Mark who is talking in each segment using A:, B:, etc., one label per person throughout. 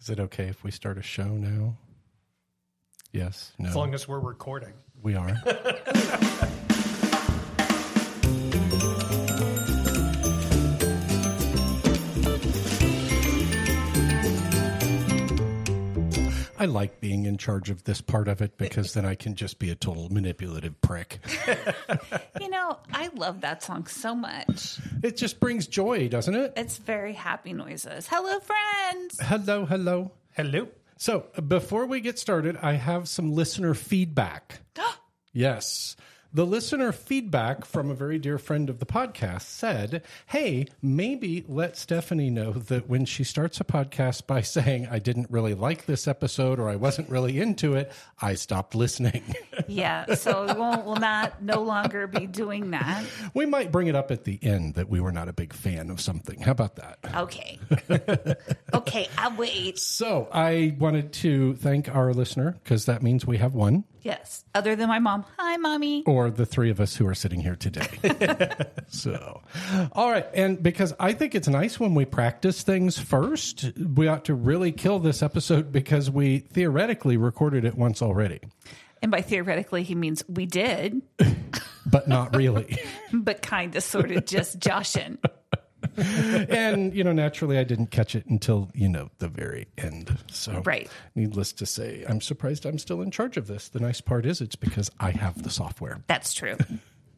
A: Is it okay if we start a show now? Yes. No.
B: As long as we're recording.
A: we are. I like being in charge of this part of it because then I can just be a total manipulative prick.
C: You know, I love that song so much.
A: It just brings joy, doesn't it?
C: It's very happy noises. Hello, friends.
A: Hello, hello.
B: Hello.
A: So, before we get started, I have some listener feedback. yes. The listener feedback from a very dear friend of the podcast said, Hey, maybe let Stephanie know that when she starts a podcast by saying, I didn't really like this episode or I wasn't really into it, I stopped listening.
C: Yeah, so we won't, will not no longer be doing that.
A: we might bring it up at the end that we were not a big fan of something. How about that?
C: Okay. Okay, I wait.
A: So, I wanted to thank our listener because that means we have one.
C: Yes. Other than my mom. Hi, mommy.
A: or the three of us who are sitting here today. so, all right. And because I think it's nice when we practice things first, we ought to really kill this episode because we theoretically recorded it once already,
C: And by theoretically, he means we did,
A: but not really.
C: but kind of sort of just joshing.
A: and, you know, naturally, I didn't catch it until, you know, the very end. So,
C: Right.
A: needless to say, I'm surprised I'm still in charge of this. The nice part is it's because I have the software.
C: That's true.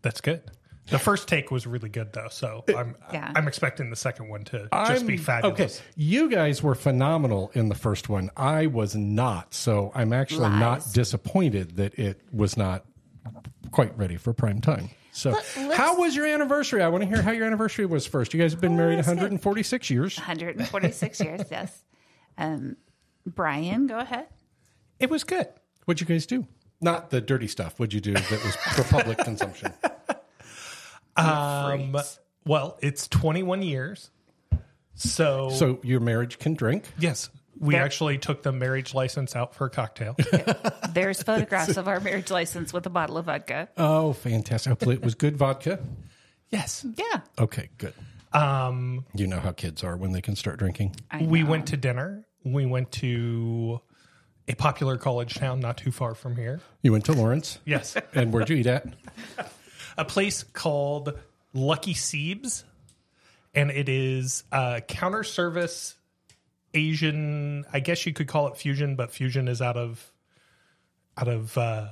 B: That's good. The first take was really good though, so I'm
C: Yeah.
B: I'm expecting the second one to just be
A: I'm-
B: fabulous.
A: Okay, you guys were phenomenal in the first one. I was not, so I'm actually not
C: Lies.
A: disappointed that it was not quite ready for prime time. So,
C: let's-
A: how was your anniversary? I want to hear how your anniversary was first. You guys have been married
C: that's good.
A: 146 years.
C: 146 years, yes. Um, Brian, go ahead.
B: It was good.
A: What'd you guys do? Not the dirty stuff. What'd you do that was for public consumption?
B: Um, well, it's 21 years. So,
A: So, your marriage can drink.
B: yes, we
C: There-
B: actually took the marriage license out for a cocktail.
C: There's photographs of our marriage license with a bottle of vodka.
A: Oh, fantastic! Hopefully, it was good vodka.
B: yes.
C: Yeah.
A: Okay, good.
B: Um,
A: You know how kids are when they can start drinking.
C: I
B: we
C: know.
B: went to dinner. We went to a popular college town not too far from here.
A: You went to Lawrence,
B: Yes.
A: and where'd you eat at?
B: a place called Lucky Siebes, and it is uh, counter service Asian. I guess you could call it fusion, but fusion is out of out of uh,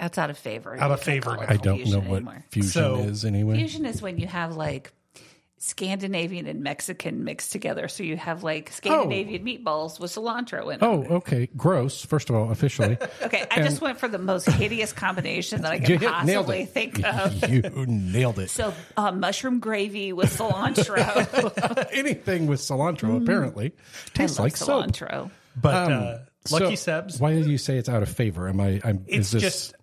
C: That's out of favor.
B: Out of
C: You can't
B: favor
C: call it
B: now.
A: I don't know
C: fusion
A: what
C: anymore.
A: fusion
B: So-
A: is anyway.
C: Fusion is when you have like Scandinavian and Mexican mixed together. So you have like Scandinavian meatballs with cilantro in it.
A: Oh, okay. Gross. First of all, officially,
C: Okay, I just went for the most hideous combination that I
A: you
C: could
A: hit- nailed
C: possibly
A: it.
C: think of.
A: you nailed it.
C: So uh, mushroom gravy with cilantro.
A: Anything with cilantro apparently tastes
C: Mm-hmm. I
A: like
C: love
A: soap.
C: cilantro.
B: but uh, Lucky
A: Um, So,
B: Sebs.
A: Why do you say it's out of favor? Am I? I'm.
B: It's
A: is this,
B: just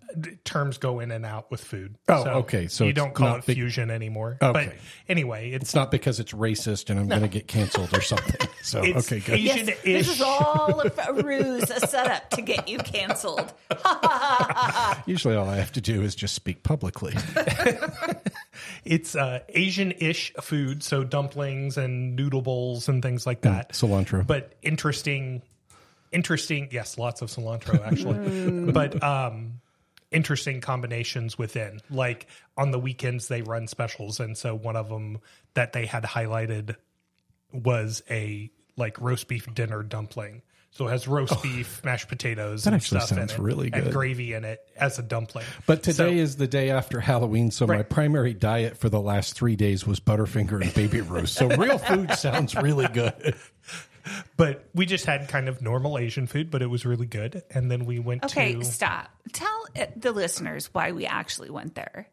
B: terms go in and out with food.
A: Oh, okay, so
B: you
A: it's
B: don't call
A: not
B: it
A: big-
B: fusion anymore. But
A: Okay.
B: anyway, it's
A: It's not because it's racist and I'm going to get canceled or something. So
B: It's
A: okay, good.
C: Yes,
B: Asian-ish.
C: this is all a, a ruse, a setup to get you canceled.
A: Usually, all I have to do is just speak publicly.
B: it's uh, Asian-ish food, so dumplings and noodle bowls and things like that.
A: Mm, cilantro.
B: but interesting interesting yes lots of cilantro actually but um interesting combinations within like on the weekends they run specials and so one of them that they had highlighted was a like roast beef dinner dumpling so it has roast beef mashed potatoes and
A: Oh. actually
B: stuff in
A: sounds
B: it
A: really
B: and
A: good.
B: gravy in it as a dumpling
A: But today is the day after Halloween, so my primary diet for the last three days was Butterfinger and Baby Roast. So real food sounds really good.
B: but we just had kind of normal asian food but it was really good and then we went
C: Okay,
B: to
C: stop. Tell uh, the listeners why we actually went there.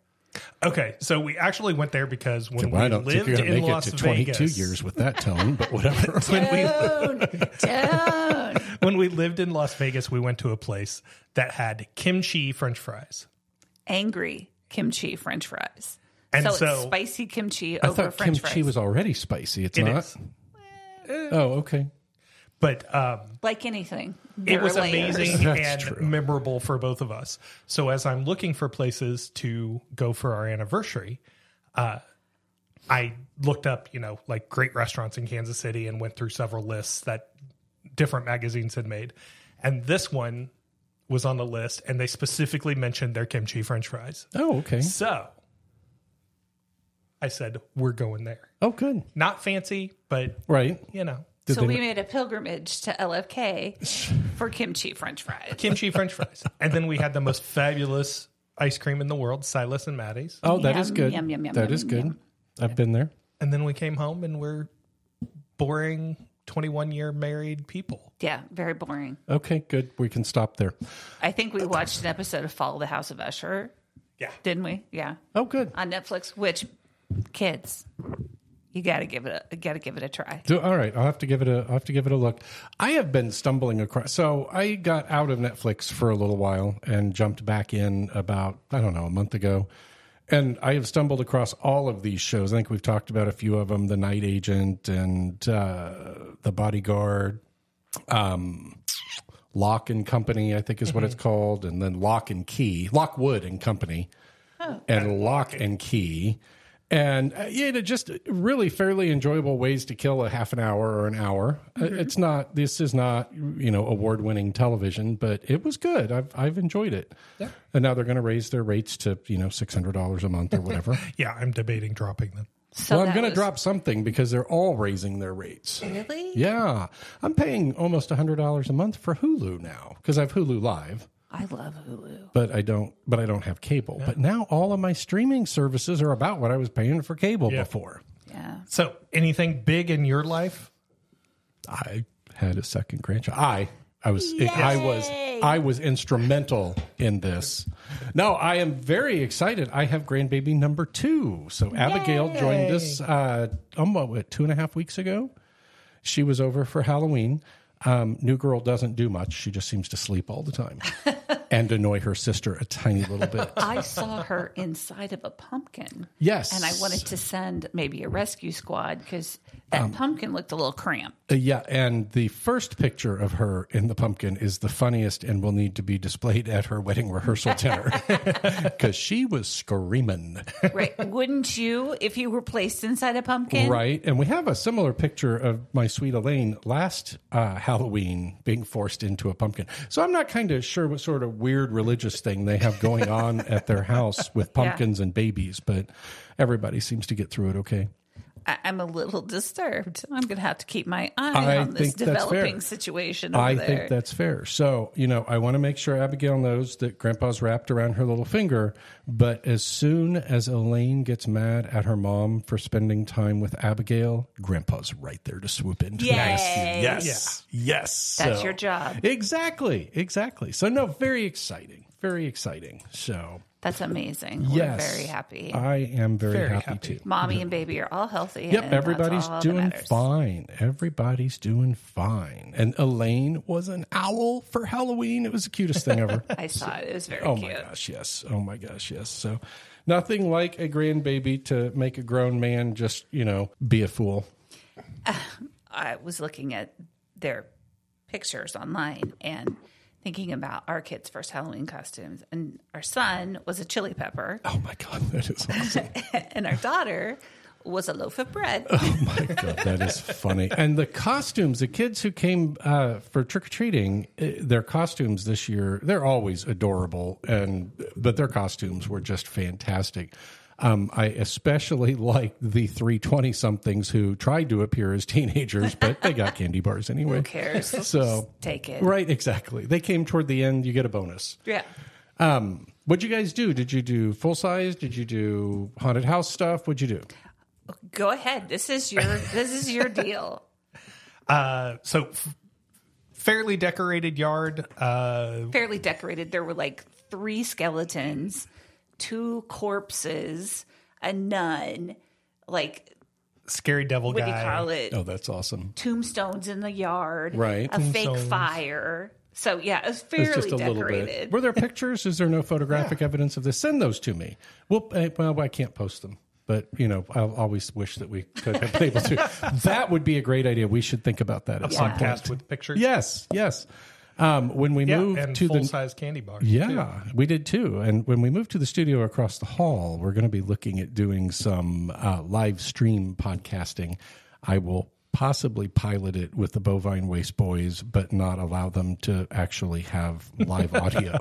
B: Okay, so we actually went there because when
A: Well, I
B: we
A: don't think
B: lived
A: you're going to
B: in
A: make
B: Las
A: it to 22
B: Vegas,
A: years with that tone, but whatever.
B: when we
C: Tone, tone.
B: when we lived in Las Vegas, we went to a place that had kimchi French fries.
C: angry kimchi french fries.
B: And
C: so, it's
B: so-
C: spicy kimchi
A: I
C: over
A: thought
C: french
A: kimchi
C: fries.
A: was already spicy. It's
B: It
A: not.
B: is.
A: Oh, okay.
B: but um,
C: like anything. There
B: it was
C: are layers.
B: amazing
A: That's
B: and
A: true.
B: memorable for both of us. So as I'm looking for places to go for our anniversary, uh, I looked up, you know, like great restaurants in Kansas City and went through several lists that different magazines had made. And this one was on the list, and they specifically mentioned their kimchi french fries.
A: Oh, okay.
B: So I said, We're going there.
A: Oh, good.
B: Not fancy, but
A: Right.
B: you know,
A: Did
C: so
A: they
C: we
A: ma-
C: made a pilgrimage to LFK for kimchi French fries.
B: kimchi french fries. And then we had the most fabulous ice cream in the world, Silas and Maddie's.
A: Oh, that is
C: Yum,
A: good.
C: yum, yum, yum,
A: That
C: yum,
A: is good.
C: yum.
A: I've been there.
B: And then we came home and we're boring 21 year married people.
C: Yeah, very boring.
A: Okay, good. We can stop there.
C: I think we watched an episode of Follow the House of Usher,
B: Yeah.
C: didn't we? Yeah,
A: Oh, good.
C: on Netflix. Which kids, you gotta give it a gotta give it a try.
A: So, all right, I'll have to give it a I'll have to give it a look. I have been stumbling across. So I got out of Netflix for a little while and jumped back in about I don't know a month ago, and I have stumbled across all of these shows. I think we've talked about a few of them: The Night Agent and uh, The Bodyguard, um, Lock and Company, I think is what it's called, and then Lock and Key, Lockwood and Company and lock and key and uh, you know just really fairly enjoyable ways to kill a half an hour or an hour Uh,
C: Mm-hmm.
A: it's not this is not you know award winning television but it was good i've i've enjoyed it and now they're going to raise their rates to you know $600 a month or whatever
B: Yeah, I'm debating dropping them.
C: So
A: well i'm
C: that
A: going to
C: was-
A: drop something because they're all raising their rates
C: Really?
A: yeah i'm paying almost $100 a month for hulu now because i've hulu live
C: I love Hulu.
A: but I don't but I don't have cable. But now all of my streaming services are about what I was paying for cable before.
C: Yeah.
B: So, anything big in your life?
A: I had a second grandchild. I I was I was I was instrumental in this. No, I am very excited. I have grandbaby number two. So Abigail joined us uh um, what, what, two and a half weeks ago. She was over for Halloween. Um, new girl doesn't do much. She just seems to sleep all the time and annoy her sister a tiny little bit.
C: I saw her inside of a pumpkin.
A: Yes.
C: And I wanted to send maybe a rescue squad because that
A: Um,
C: pumpkin looked a little cramped.
A: Uh, yeah, and the first picture of her in the pumpkin is the funniest and will need to be displayed at her wedding rehearsal dinner because she was screaming,
C: Right. Wouldn't you if you were placed inside a pumpkin?
A: right? And we have a similar picture of my sweet Elaine last uh, Halloween being forced into a pumpkin. So I'm not kind of sure what sort of weird religious thing they have going on at their house with pumpkins and babies, but everybody seems to get through it okay.
C: I, I'm a little disturbed. I'm going to have to keep my eye
A: I
C: on this
A: think that's fair.
C: developing situation over
A: I
C: there.
A: think that's fair. So, you know, I want to make sure Abigail knows that grandpa's wrapped around her little finger, but as soon as Elaine gets mad at her mom for spending time with Abigail, grandpa's right there to swoop in. to
C: Yay.
A: rescue. Yes. Yes.
C: That's
A: So-
C: your job.
A: Exactly. Exactly. So no, very exciting. Very exciting. So,
C: That's amazing.
A: yes.
C: We're very happy.
A: I am very,
B: Very
A: happy,
B: happy.
A: too.
C: Mommy and baby are all healthy. and
A: Yep,
C: that's
A: everybody's
C: all that
A: doing
C: matters.
A: fine. Everybody's doing fine. And Elaine was an owl for Halloween. It was the cutest thing ever.
C: I saw it. It was very
A: oh
C: cute.
A: my gosh, yes. Oh my gosh, yes. So nothing like a grandbaby to make a grown man just, you know, be a fool.
C: I was looking at their pictures online and thinking about our kids' first Halloween costumes. And our son was a chili pepper,
A: Oh my god, that is awesome.
C: and our daughter was a loaf of bread.
A: my god, that is funny. And the costumes, the kids who came uh, for trick or treating, their costumes this year, they're always adorable, and but their costumes were just fantastic. Um, I especially like the 320 somethings who tried to appear as teenagers, but they got candy bars anyway.
C: Who cares?
A: So,
C: Take it.
A: right, exactly. They came toward the end, you get a bonus.
C: Yeah.
A: Um, what'd you guys do? Did you do full size? Did you do haunted house stuff? What'd you do?
C: Go ahead. This is your this is your deal.
B: Uh, so, f- fairly decorated yard. Uh,
C: Fairly decorated. There were like three skeletons, two corpses, a nun, like
B: scary devil
C: what do you
B: guy.
C: call it?
A: Oh, that's awesome.
C: Tombstones in the yard.
A: Right.
C: A fake fire. So yeah, it was fairly
A: It's just a
C: decorated.
A: little bit. Were there pictures? Is there no photographic evidence of this? Send those to me. Well, eh, well, I can't post them, but you know, I'll always wish that we could have been able to. That would be a great idea. We should think about that. At some point.
B: Podcast with pictures.
A: Yes, yes. Um, when we
B: Yeah,
A: move
B: and
A: to
B: full
A: the
B: size candy bar.
A: yeah, we did too. And when we move to the studio across the hall, we're going to be looking at doing some uh, live stream podcasting. I will possibly pilot it with the Bovine Waste Boys, but not allow them to actually have live audio.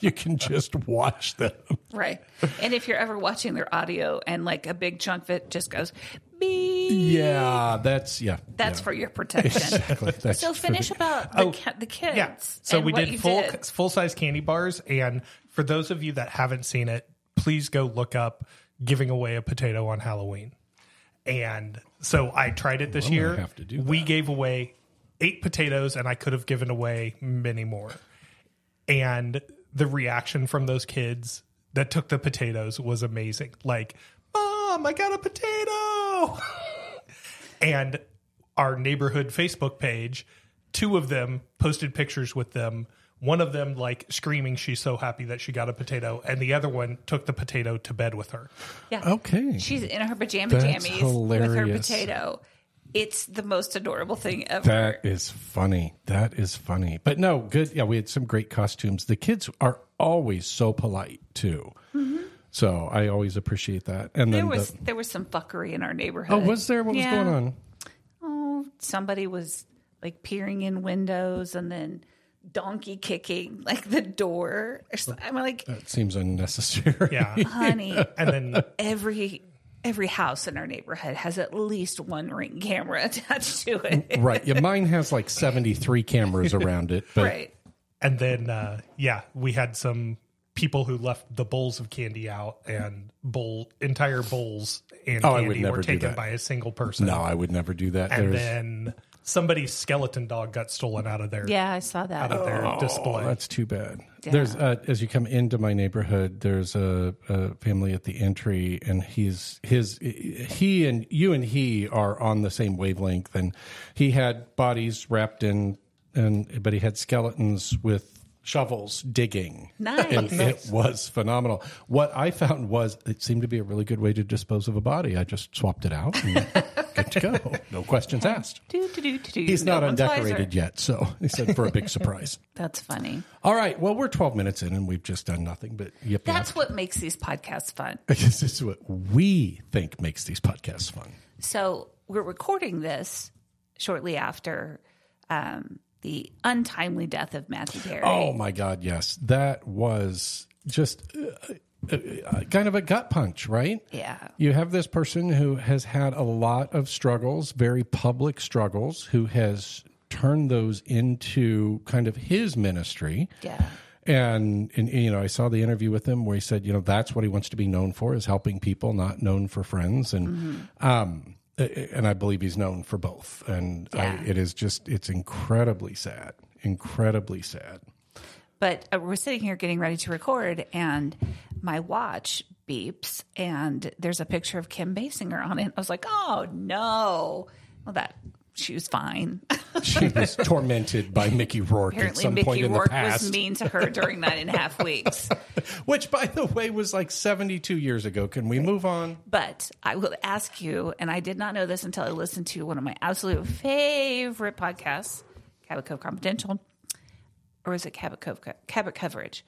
A: you can just watch them.
C: Right. And if you're ever watching their audio and like a big chunk of it just goes beep,
A: Yeah, that's yeah.
C: that's
A: yeah.
C: for your protection.
A: exactly. That's
C: So
A: for-
C: finish about the, ca- the kids.
B: Yeah. So
C: and
B: we
C: what
B: did
C: you
B: full full size candy bars, and for those of you that haven't seen it, please go look up "Giving Away a Potato on Halloween." And so I tried it this
A: I'm gonna
B: year.
A: have to do
B: we gave away eight potatoes, and I could have given away many more. And the reaction from those kids that took the potatoes was amazing. Like, mom, I got a potato. and our neighborhood Facebook page, two of them posted pictures with them. One of them like screaming, "She's so happy that she got a potato," and the other one took the potato to bed with her.
C: Yeah.
A: Okay.
C: She's in her pajama
A: That's
C: jammies with her
A: hilarious.
C: potato. It's the most adorable thing ever.
A: That is funny. That is funny. But no, good. Yeah, we had some great costumes. The kids are always so polite too. So I always appreciate that. And
C: there
A: then
C: was
A: the,
C: there was some fuckery in our neighborhood.
A: oh, was there? What
C: Yeah.
A: was going on?
C: Oh, somebody was like peering in windows and then donkey kicking like the door. or so- I'm like,
A: That seems unnecessary.
B: Yeah,
C: honey,
B: Uh, and then
C: every every house in our neighborhood has at least one ring camera attached to it.
A: right. Yeah, mine has like seventy three cameras around it. But
C: right.
B: and then uh, yeah, we had some people who left the bowls of candy out, and bowl entire bowls and
A: Oh, I would
B: candy
A: never
B: were
A: do
B: taken
A: that.
B: by a single person.
A: no, I would never do that.
B: and
A: There's
B: then somebody's skeleton dog got stolen out of their
C: Yeah, I saw
B: out
C: that.
A: Uh,
B: of their
A: Oh,
B: display.
A: That's too bad. There's uh, as you come into my neighborhood, there's a, a family at the entry, and he's his he and you and he are on the same wavelength, and he had bodies wrapped in and but he had skeletons with shovels digging.
C: Nice.
A: And it was phenomenal. What I found was it seemed to be a really good way to dispose of a body. I just swapped it out and good to go. No questions asked.
C: Do, do, do, do, do.
A: He's
C: No
A: not
C: one's wiser.
A: undecorated yet, so he said for a big surprise.
C: That's funny.
A: All right. Well, we're 12 minutes in and we've just done nothing but yip yap.
C: That's what makes these podcasts fun.
A: This is what we think makes these podcasts fun.
C: So we're recording this shortly after um, the untimely death of Matthew Perry.
A: Oh my God. Yes. That was just uh, uh, uh, kind of a gut punch, right?
C: Yeah.
A: You have this person who has had a lot of struggles, very public struggles, who has turned those into kind of his ministry.
C: Yeah.
A: And, and you know, I saw the interview with him where he said, you know, that's what he wants to be known for is helping people, not known for friends. And
C: Mm-hmm.
A: um, and I believe he's known for both. And
C: Yeah.
A: I, it is just it's incredibly sad, incredibly sad.
C: But uh, we're sitting here getting ready to record, and my watch beeps, and there's a picture of Kim Basinger on it. I was like, oh no. Well, that she was fine.
A: She was tormented by Mickey Rourke at
C: Apparently,
A: some point
C: Mickey
A: in
C: Rourke
A: the past.
C: was mean to her during nine and a half weeks.
A: which by the way was like 72 years ago can we move on
C: But I will ask you, and I did not know this until I listened to one of my absolute favorite podcasts, Cabot Cove Confidential, or was it Cabot Cove Cabot Coverage?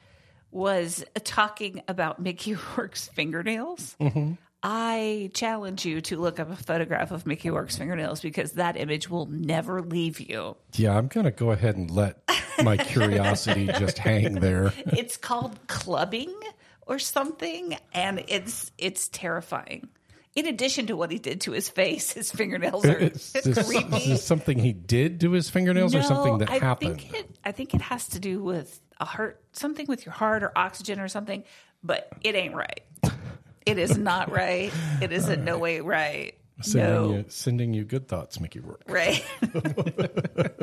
C: Was talking about Mickey Rourke's fingernails. I challenge you to look up a photograph of Mickey Rourke's fingernails because that image will never leave you.
A: yeah i'm gonna go ahead and let my curiosity just hang there
C: It's called clubbing or something, and it's it's terrifying. In addition to what he did to his face, his fingernails are
A: is this,
C: creepy.
A: is this something he did to his fingernails or something that
C: I
A: happened
C: Think it, I think it has to do with a heart, something with your heart or oxygen or something, but it ain't right. It is not right. It is in no way right.
A: sending,
C: no,
A: you, sending you good thoughts mickey rourke
C: right.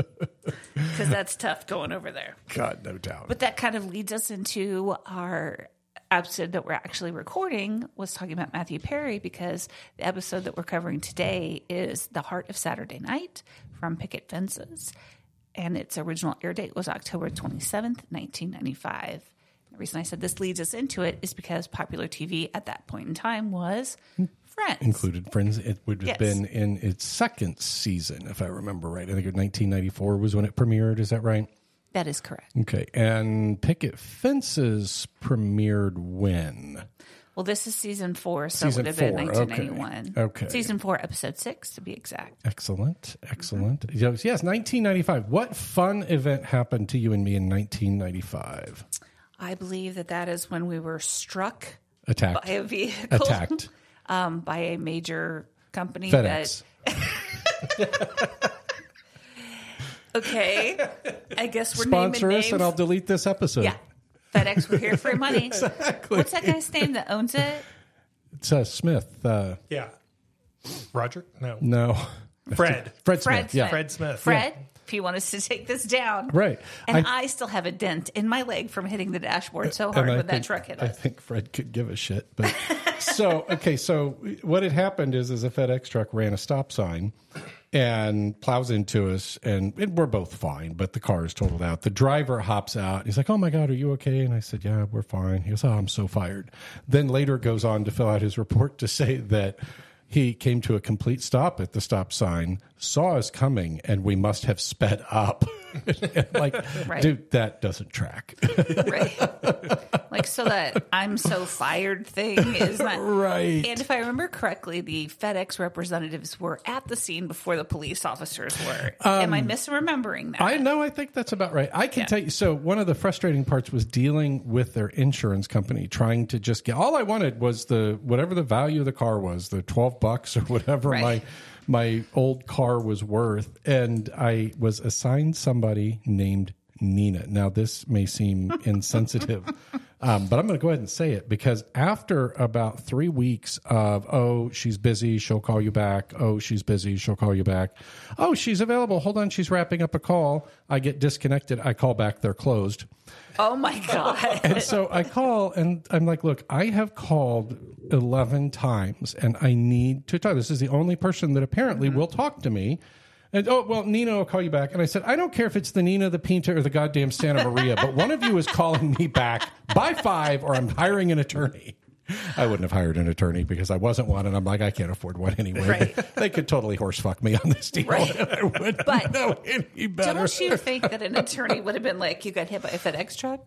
C: Because that's tough going over there.
A: god no doubt
C: But that kind of leads us into our episode that we're actually recording was talking about Matthew Perry because the episode that we're covering today is The Heart of Saturday Night from Picket Fences. And its original air date was October 27th, 1995. The reason I said this leads us into it is because popular TV at that point in time was
A: Hmm.
C: Friends.
A: included friends it would have
C: Yes.
A: been in its second season if i remember right i think it- 1994 was when it premiered is that right
C: that is correct.
A: okay and picket fences premiered when
C: Well, this is season four, so
A: Season
C: it would have been
A: four, okay.
C: 1981.
A: Okay.
C: Season four, episode six, to be exact.
A: Excellent. Excellent.
C: Mm-hmm.
A: Yes, yes, 1995. What fun event happened to you and me in 1995?
C: I believe that that is when we were struck
A: Attacked.
C: by a vehicle,
A: Attacked.
C: um, by a major company
A: FedEx.
C: that. Okay. I guess we're
A: Sponsor
C: naming
A: us
C: names.
A: and I'll delete this episode.
C: yeah. FedEx, we're here for your money. What's that guy's name that owns it?
A: It's uh, Smith. Uh,
B: Yeah. Roger? No.
A: no.
B: Fred.
A: Fred Smith.
C: Fred
A: Yeah.
C: Smith.
B: Fred Smith.
C: Fred, if you want us to take this down.
A: Right.
C: And
A: I- Uh,
C: I, still have a dent in my leg from hitting the dashboard so hard
A: And I
C: when that
A: think-
C: truck hit
A: I
C: us.
A: think Fred could give a shit. But so okay, so what had happened is, is a FedEx truck ran a stop sign and plows into us, and, and we're both fine, but the car is totaled out. The driver hops out. He's like, "Oh my god, are you okay?" And I said, "Yeah, we're fine." He goes, "Oh, I'm so fired." Then later goes on to fill out his report to say that. He came to a complete stop at the stop sign, saw us coming, and we must have sped up. like,
C: Right.
A: dude, that doesn't track.
C: Right. like, so that I'm so fired thing is not.
A: right.
C: And if I remember correctly, the FedEx representatives were at the scene before the police officers were. Am I misremembering that?
A: Um, I know. I think that's about right. I can tell you. So one of the frustrating parts was dealing with their insurance company, trying to just get. All I wanted was the whatever the value of the car was, the twelve bucks or whatever my
C: Right.
A: my old car was worth, and I was assigned somebody named Nina. Now this may seem insensitive. Um, but I'm going to go ahead and say it because after about three weeks of, oh, she's busy, she'll call you back. Oh, she's busy, she'll call you back. Oh, she's available. Hold on, she's wrapping up a call. I get disconnected. I call back, they're closed.
C: oh my God.
A: And so I call and I'm like, look, I have called 11 times and I need to talk. This is the only person that apparently
C: Mm-hmm.
A: will talk to me. And oh, well, Nina will call you back. And I said, I don't care if it's the Nina, the Pinta, or the goddamn Santa Maria, but one of you is calling me back by five or I'm hiring an attorney. I wouldn't have hired an attorney because I wasn't one. And I'm like, I can't afford one anyway.
C: Right.
A: They could totally horse fuck me on this deal.
C: Right.
A: and I wouldn't
C: But
A: know any better.
C: Don't you think that an attorney would have been like, you got hit by a FedEx truck?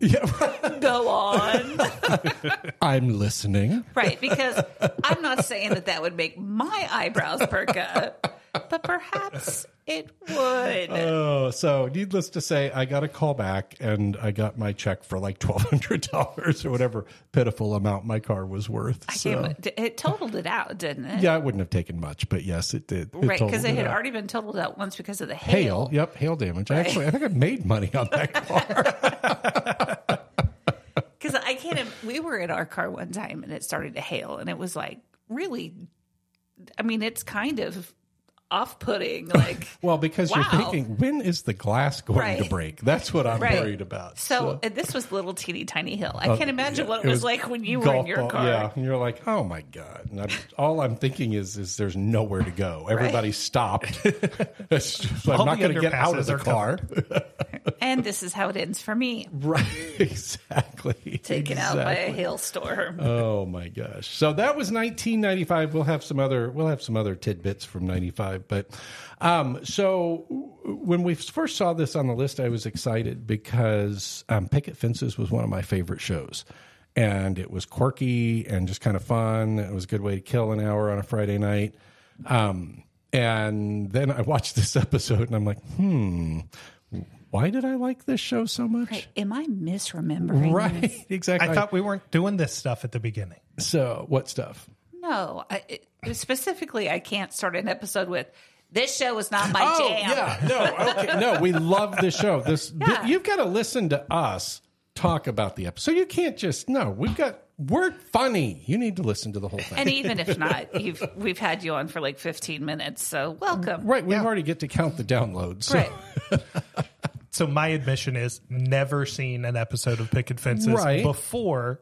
C: Go on.
A: I'm listening.
C: Right, because I'm not saying that that would make my eyebrows perk up, but perhaps it would.
A: Oh, so needless to say, I got a call back and I got my check for like twelve hundred dollars or whatever pitiful amount my car was worth.
C: I
A: So-
C: can't- it totaled it out, didn't it?
A: yeah, it wouldn't have taken much, but yes, it did.
C: Right, because
A: totaled
C: it had
A: out.
C: already been totaled out once because of the hail.
A: hail. Yep, hail damage. I Actually, I think I made money on that car.
C: Because I can't. im- We were in our car one time and it started to hail, and it was like really. I mean, it's kind of off-putting. Like,
A: well, because you're
C: Wow.
A: thinking, when is the glass going to
C: Right.
A: break? That's what I'm
C: Right.
A: worried about.
C: so and this was little teeny tiny hill. I
A: Uh,
C: can't imagine what it, was, like when you were in
A: golf
C: your
A: ball-
C: car.
A: Yeah, and you're like, oh my god! And I'm, all I'm thinking is, is there's nowhere to go. Everybody stopped. so I'm
B: All
A: not
B: the
A: going to get out of
B: underpasses
A: the
B: are
A: car.
C: And this is how it ends for me,
A: Right, exactly.
C: taken out by a
A: Exactly.
C: hailstorm.
A: Oh my gosh! So that was 1995. We'll have some other we'll have some other tidbits from 95. But um, so when we first saw this on the list, I was excited because um, Picket Fences was one of my favorite shows, and it was quirky and just kind of fun. It was a good way to kill an hour on a Friday night. Um, and then I watched this episode, and I'm like, hmm, why did I like this show so much?
C: Right. Am I misremembering? this?
A: Right, exactly.
B: I thought we weren't doing this stuff at the beginning.
A: so. What stuff?
C: No. I, it, specifically, I can't start an episode with this show is not my jam.
A: Oh, no, okay, no. We love the show. This th-
C: Yeah.
A: you've got to listen to us talk about the episode. You can't just no. We've got we're funny. You need to listen to the whole thing.
C: And even if not, you've we've had you on for like 15 minutes, so welcome.
A: right, we already get to count the downloads. so-
C: Right.
B: So my admission is never seen an episode of Picket Fences
A: Right.
B: before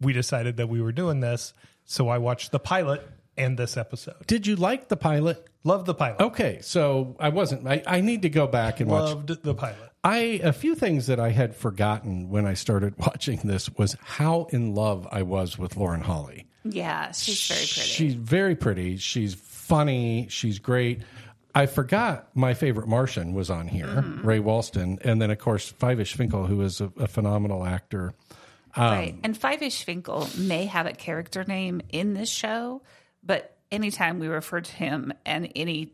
B: we decided that we were doing this. So I watched the pilot and this episode.
A: Did you like the pilot?
B: Love the pilot.
A: Okay, so I wasn't. I, I need to go back and watch.
B: Loved the pilot.
A: I a few things that I had forgotten when I started watching this was how in love I was with Lauren Holly.
C: Yeah, she's very pretty.
A: She's very pretty. She's funny. She's great. I forgot my favorite Martian was
C: Mm-hmm.
A: on here, Ray Walston, and then of course Fivish Finkel, who is a, a phenomenal actor.
C: right. And Five Ish Finkel may have a character name in this show, but anytime we referred to him and any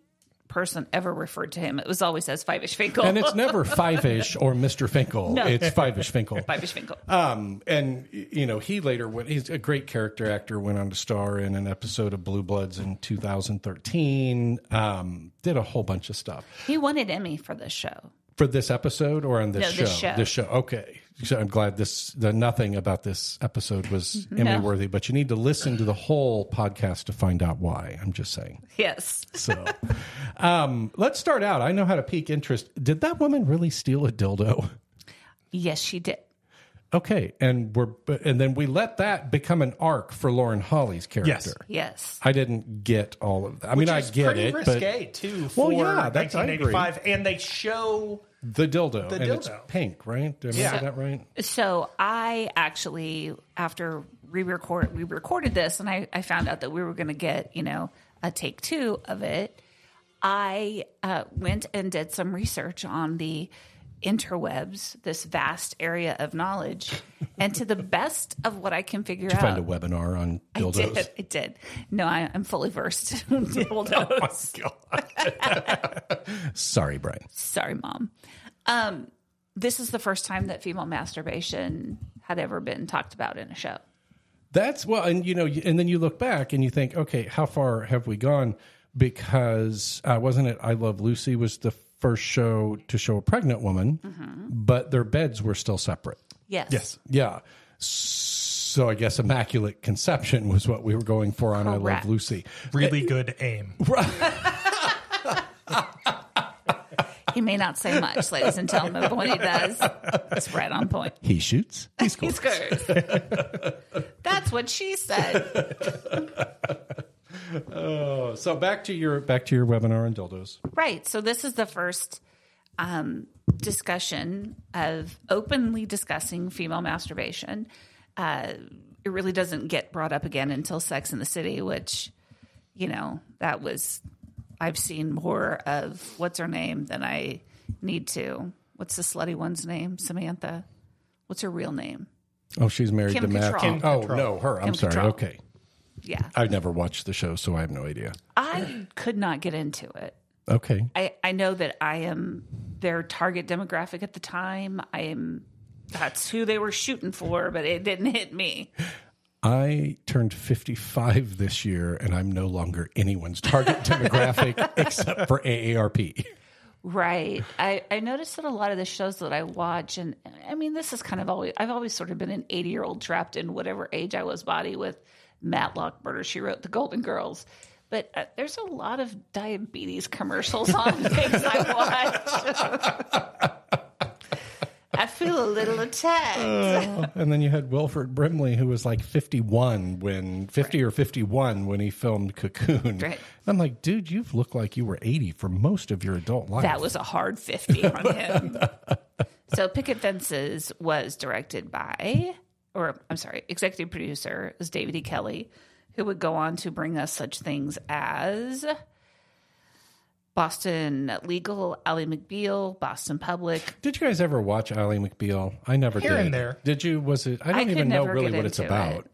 C: person ever referred to him, it was always as Five Ish Finkel.
A: And it's never Five Ish or Mr. Finkel.
C: No.
A: It's Five Ish Finkel.
C: Five Ish Finkel.
A: Um, and y- you know, he later went. He's a great character actor. Went on to star in an episode of Blue Bloods in 2013. Um, did a whole bunch of stuff
C: he won an Emmy for this show.
A: for this episode or on this,
C: No, this show.
A: This show. Okay. So I'm glad this. The nothing about this episode was
C: Mm-hmm.
A: Emmy worthy, but you need to listen to the whole podcast to find out why. I'm just saying.
C: Yes.
A: So, um, let's start out. I know how to pique interest. Did that woman really steal a dildo?
C: Yes, she did.
A: Okay, and we're and then we let that become an arc for Lauren Holly's character.
B: Yes.
C: Yes.
A: I didn't get all of that. I mean, I
B: It's
A: get
B: pretty
A: it,
B: risque too for
A: Well, yeah, that's- I agree.
B: 1985, and they show
A: but the dildo and it's
B: dildo.
A: pink, right? Did I
B: Yeah.
A: remember that right?
C: So I actually, after re-record, we recorded this, and I, I found out that we were going to get, you know, a take two of it. I uh, went and did some research on the interwebs, this vast area of knowledge, and to the best of what I can figure out,
A: Find a webinar on dildos.
C: I did. I did. No, I, I'm fully versed in
A: Oh
C: dildos.
A: Sorry, Brian.
C: Sorry, mom. Um, this is the first time that female masturbation had ever been talked about in a show.
A: That's well, and you know, and then you look back and you think, okay, how far have we gone? Because uh, wasn't it I Love Lucy was the first show to show a pregnant woman,
C: Mm-hmm.
A: but their beds were still separate.
C: Yes.
A: Yeah. So I guess immaculate conception was what we were going for on I Love
C: Correct.
A: Lucy.
B: really good aim.
C: He may not say much, ladies and gentlemen, but when he does, it's right on point.
A: He shoots. He
C: He's good. That's what she said.
A: So back to your back to your webinar on dildos.
C: Right. So this is the first um, discussion of openly discussing female masturbation. Uh, it really doesn't get brought up again until Sex in the City, which, you know, that was. I've seen more of what's her name than I need to. What's the slutty one's name? Samantha. What's her real name?
A: Oh, she's married
C: Kim
A: to Matt.
C: Cattrall. Kim
A: oh no, her. I'm
C: Kim
A: sorry.
C: Cattrall.
A: Okay,
C: Yeah.
A: I've never watched the show, so I have no idea.
C: I could not get into it.
A: Okay,
C: I, I know that I am their target demographic at the time. I am that's who they were shooting for, but it didn't hit me.
A: I turned 55 this year, and I'm no longer anyone's target demographic except for AARP.
C: Right. I, I noticed that a lot of the shows that I watch and I mean this is kind of always I've always sort of been an eighty year old trapped in whatever age I was body with Matlock Murder She Wrote The Golden Girls. But uh, there's a lot of diabetes commercials on things I watch. I feel a little attacked.
A: Oh. and then you had Wilford Brimley, who was like 51 when 50 or 51 when he filmed Cocoon.
C: Right.
A: I'm like, dude, you've looked like you were 80 for most of your adult life.
C: That was a hard 50 on him. so Picket Fences was directed by, or I'm sorry, executive producer was David E. Kelly, who would go on to bring us such things as Boston Legal, Ally McBeal, Boston Public.
A: Did you guys ever watch Ally McBeal? I never
B: Here
A: did.
B: and there.
A: Did you? Was it? I
C: I
A: don't
C: could
A: even know
C: never
A: really
C: get
A: what it's
C: into
A: about.
C: it.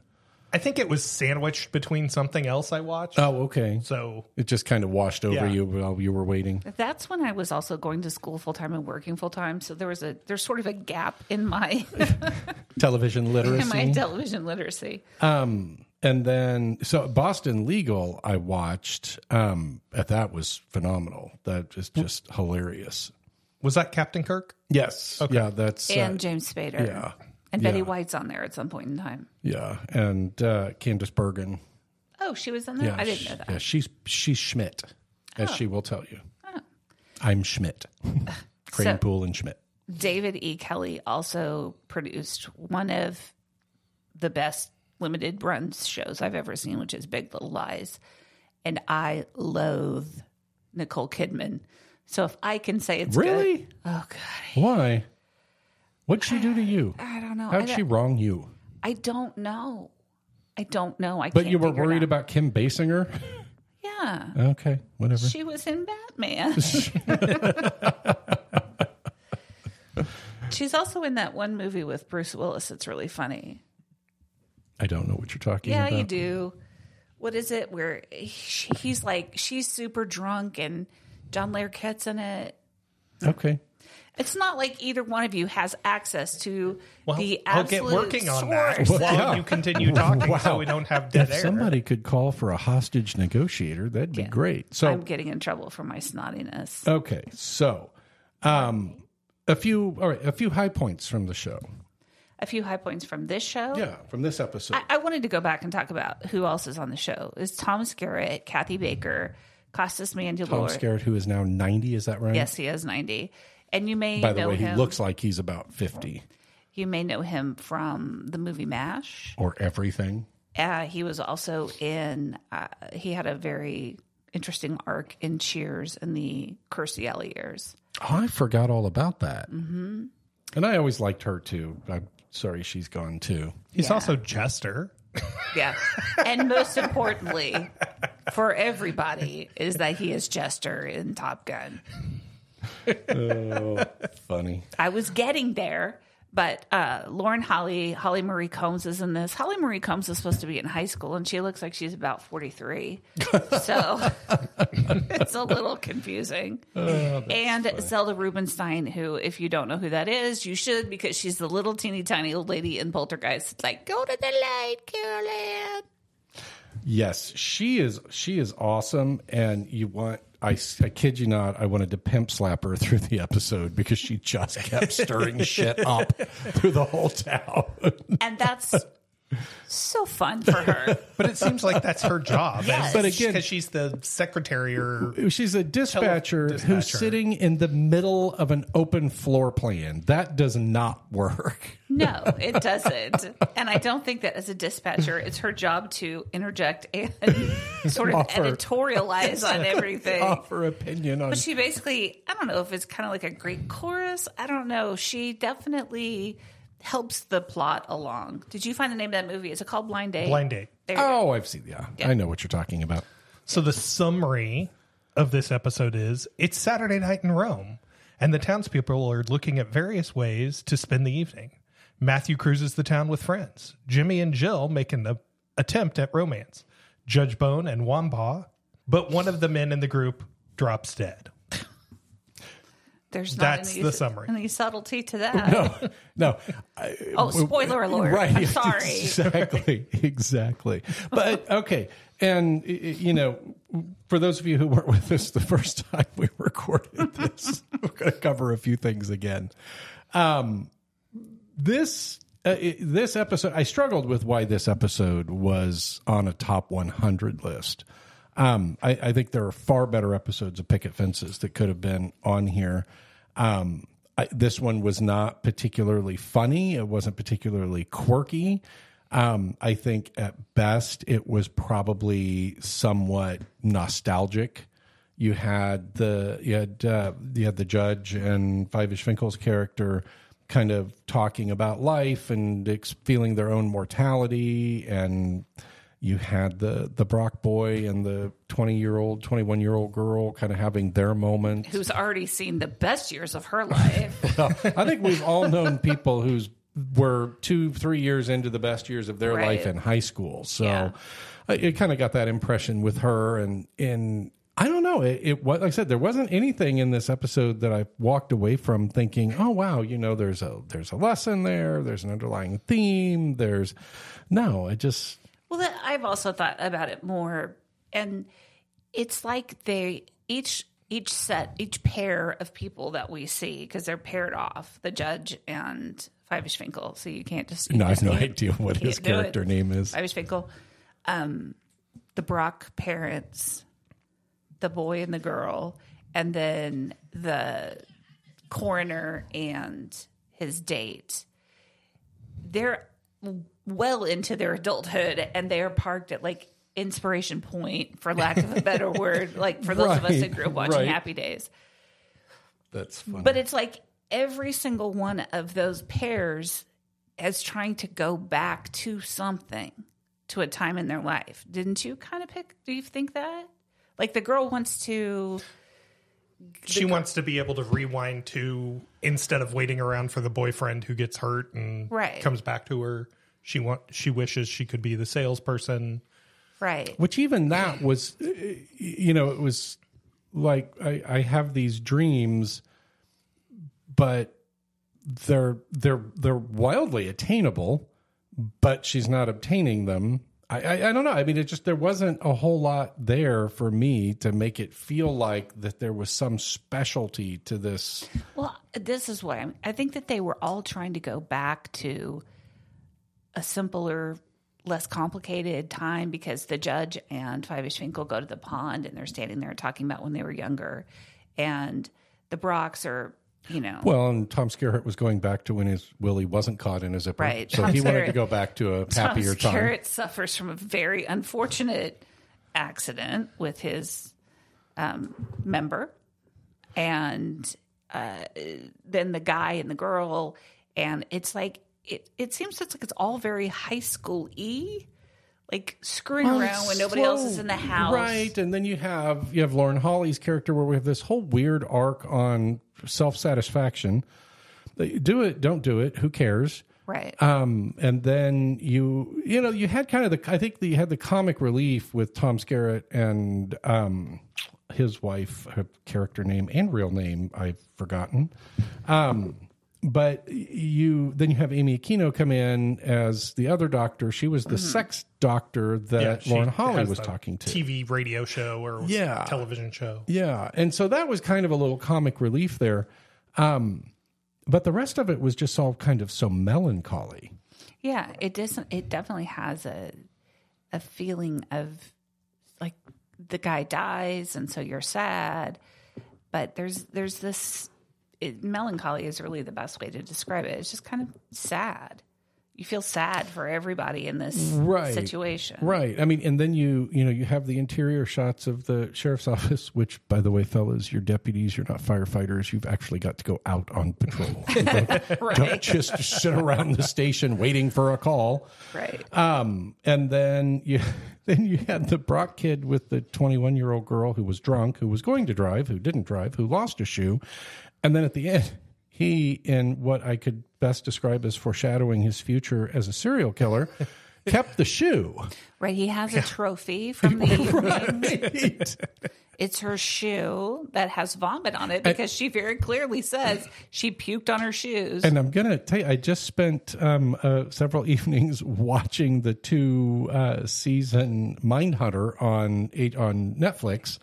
B: I think it was sandwiched between something else I watched.
A: Oh, okay.
B: so
A: It just kind of washed over
B: Yeah.
A: you while you were waiting.
C: That's when I was also going to school full time and working full time. So there was a there's sort of a gap in my
A: Television
C: in
A: literacy.
C: my television literacy.
A: and then so Boston Legal I watched. Um and that was phenomenal. That is just hilarious.
B: was that Captain Kirk?
A: Yes. Yeah, that's uh,
C: and James Spader.
A: yeah.
C: And Betty
A: Yeah.
C: White's on there at some point in time.
A: yeah. And uh Candace Bergen.
C: Oh, she was in there?
A: Yeah,
C: I didn't
A: sh-
C: know that. Oh.
A: Yeah, she's she's Schmidt, as she will tell you. I'm Schmidt. Crane Pool and Schmidt.
C: David E. Kelly also produced one of the best limited run shows I've ever seen, which is Big Little Lies. And I loathe Nicole Kidman. So if I can say it's good-
A: Really?
C: oh god,
A: Why? What'd she do to you?
C: I don't know. I
A: How'd
C: don't,
A: she wrong you?
C: I don't know. I don't know. I
A: But
C: can't
A: you were
C: figure it
A: worried
C: out.
A: about Kim Basinger?
C: yeah.
A: Okay, whatever.
C: She was in Batman. She's also in that one movie with Bruce Willis. It's really funny.
A: I don't know what you're talking
C: Yeah,
A: about.
C: you do. What is it where he- he's like, she's super drunk and John Larroquette's in it?
A: Okay.
C: It's not like either one of you has access to
B: Well,
C: the
B: I'll
C: absolute
B: get working on that
C: source.
B: while
A: Yeah.
B: you continue talking so
A: Wow.
B: we don't have dead
A: If
B: air.
A: somebody could call for a hostage negotiator, that'd be great. So
C: I'm getting in trouble for my snottiness.
A: Okay, so um, a few all right, a few high points from the show.
C: A few high points from this show.
A: Yeah, from this episode.
C: I, I wanted to go back and talk about who else is on the show. Is Thomas Garrett, Kathy Baker, Costas
A: Tom
C: Mandalore.
A: Skerritt, who is now ninety, is that right?
C: Yes, he is 90. And you may
A: By the
C: know
A: way,
C: him.
A: he looks like he's about fifty
C: You may know him from the movie MASH.
A: or everything.
C: Uh, he was also in. Uh, he had a very interesting arc in Cheers in the Kirstie Alley years.
A: I forgot all about that. Mm-hmm. And I always liked her too. I'm sorry she's gone too.
B: He's also Jester.
C: Yeah, and most importantly for everybody is that he is Jester in Top Gun.
A: Funny.
C: I was getting there, but uh, Lauren Holly, Holly Marie Combs is in this. Holly Marie Combs is supposed to be in high school, and she looks like she's about forty three. so it's a little confusing. and Zelda Rubinstein, who, if you don't know who that is, you should because she's the little teeny tiny old lady in Poltergeist. It's like, go to the light, Carolyn.
A: Yes, she is. She is awesome, and you want. I, s- I kid you not. I wanted to pimp slap her through the episode because she just kept stirring shit up through the whole town.
C: And that's so fun for her.
B: But it seems like that's her job.
C: Yes.
B: But
C: But
B: again,
A: again-
B: because she's the secretary or
A: She's a dispatcher,
B: Dispatcher.
A: who's sitting in the middle of an open floor plan. That does not work.
C: No, it doesn't. and I don't think that as a dispatcher, it's her job to interject and sort of
A: Offer.
C: editorialize on everything.
A: Offer opinion on.
C: But she basically, I don't know if it's kind of like a Greek chorus. I don't know. She definitely helps the plot along. Did you find the name of that movie? Is it called Blind Date?
B: blind date.
C: There you go.
A: oh, I've seen. Yeah, I know what you're talking about.
B: So the summary of this episode is it's Saturday night in Rome, and the townspeople are looking at various ways to spend the evening. Matthew cruises the town with friends. Jimmy and Jill make an a- attempt at romance. Judge Bone and Wamba, but one of the men in the group drops dead.
C: There's
B: that's
C: not any,
B: the summary.
C: Any subtlety to that?
A: Oh, No, I,
C: Oh, spoiler alert!
A: Right.
C: I'm sorry.
A: Exactly. Exactly. But okay. And, y- y- you know, for those of you who weren't with us the first time we recorded this, we're going to cover a few things again. Um, this. Uh, i- this episode, I struggled with why this episode was on a top 100 list. Um, I, I think there are far better episodes of Picket Fences that could have been on here. Um, I, this one was not particularly funny. It wasn't particularly quirky. Um, I think at best it was probably somewhat nostalgic. You had the you had uh, you had the judge and Five-ish Finkel's character kind of talking about life and ex- feeling their own mortality and you had the the Brock boy and the 20 year old 21 year old girl kind of having their moment
C: Who's already seen the best years of her life?
A: well, I think we've all known people who's were two, three years into the best years of their
C: Right.
A: life in high school. So
C: Yeah.
A: I, it kind of got that impression with her, and and I don't know. It, it was like I said, there wasn't anything in this episode that I walked away from thinking, oh wow, you know, there's a there's a lesson there, there's an underlying theme, there's no, it just
C: well, that, I've also thought about it more, and it's like they each each set each pair of people that we see because they're paired off the judge and Five-ish Finkel, so you can't just you
A: no, I have
C: just
A: no
C: can't-
A: idea what his
C: can't do it.
A: character name is.
C: I was Finkel. Um, the Brock parents, the boy and the girl, and then the coroner and his date. They're well into their adulthood and they are parked at like inspiration point, for lack of a better word, like for those of us that
A: Right,
C: grew up watching
A: right.
C: Happy Days.
A: That's funny.
C: But it's like every single one of those pairs is trying to go back to something, to a time in their life. Didn't you kind of pick? Do you think that? Like the girl wants to
B: she wants to be able to rewind to instead of waiting around for the boyfriend who gets hurt and
C: Right.
B: comes back to her. She want she wishes she could be the salesperson.
C: right.
A: which even that was uh, you know it was like I, I have these dreams but they're they're they're wildly attainable but she's not obtaining them I, I i don't know i mean it just there wasn't a whole lot there for me to make it feel like that there was some specialty to this
C: Well, this is what I'm, I think that they were all trying to go back to a simpler, less complicated time because the judge and Five-ish Finkel go to the pond and they're standing there talking about when they were younger, and the Brocks are, you know,
A: well and tom skerritt was going back to when his willie wasn't caught in a zipper
C: Right.
A: so
C: Tom
A: he wanted to
C: Skerritt-
A: go back to a
C: Tom
A: happier time
C: Skerritt Um, suffers from a very unfortunate accident with his um, member, and uh, then the guy and the girl, and it's like it. It seems it's like it's all very high school y, like screwing around when nobody else is in the house.
A: Oh, right? And then you have you have Lauren Hawley's character, where we have this whole weird arc on self satisfaction. Do it, don't do it. Who cares?
C: Right.
A: Um, and then you you know you had kind of the I think that you had the comic relief with Tom Skerritt and um, his wife, her character name and real name I've forgotten. Um, but you then you have Amy Aquino come in as the other doctor. She was the sex doctor that
B: Mm-hmm. she
A: Lauren Holly
B: has
A: was
B: the
A: talking to.
B: TV radio show or
A: Yeah.
B: television show.
A: Yeah, and so that was kind of a little comic relief there, um, but the rest of it was just all kind of so melancholy.
C: Yeah, it doesn't. It definitely has a a feeling of like the guy dies, and so you're sad. But there's there's this it, melancholy is really the best way to describe it. It's just kind of sad. You feel sad for everybody in this
A: Right.
C: situation.
A: Right. I mean, and then you you know you have the interior shots of the sheriff's office, which, by the way, fellas, you're deputies, you're not firefighters. You've actually got to go out on patrol. You don't, don't just sit around the station waiting for a call.
C: Right.
A: Um, and then you then you had the Brock kid with the 21 year old girl who was drunk, who was going to drive, who didn't drive, who lost a shoe, and then at the end. He, in what I could best describe as foreshadowing his future as a serial killer, kept the shoe.
C: Right. He has a trophy from the evening.
A: Right.
C: It's her shoe that has vomit on it because she very clearly says she puked on her shoes.
A: And I'm gonna tell you, I just spent um, uh, several evenings watching the two uh, season Mindhunter on eight on Netflix,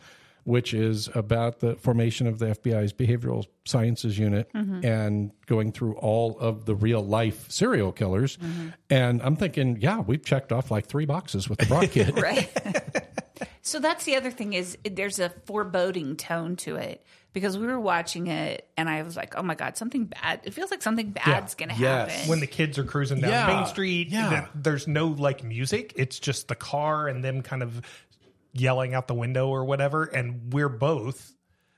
A: which is about the formation of the FBI's behavioral sciences unit
B: Mm-hmm.
A: and going through all of the real life serial killers.
B: Mm-hmm.
A: And I'm thinking, yeah, we've checked off like three boxes with the Brock kid.
C: right so that's the other thing is there's a foreboding tone to it because we were watching it and i was like oh my god something bad it feels like something bad's gonna
A: Yes.
C: happen
B: When the kids are cruising down
A: Yeah.
B: Main Street,
A: Yeah.
B: th- there's no like music. It's just the car and them kind of yelling out the window or whatever. And we're both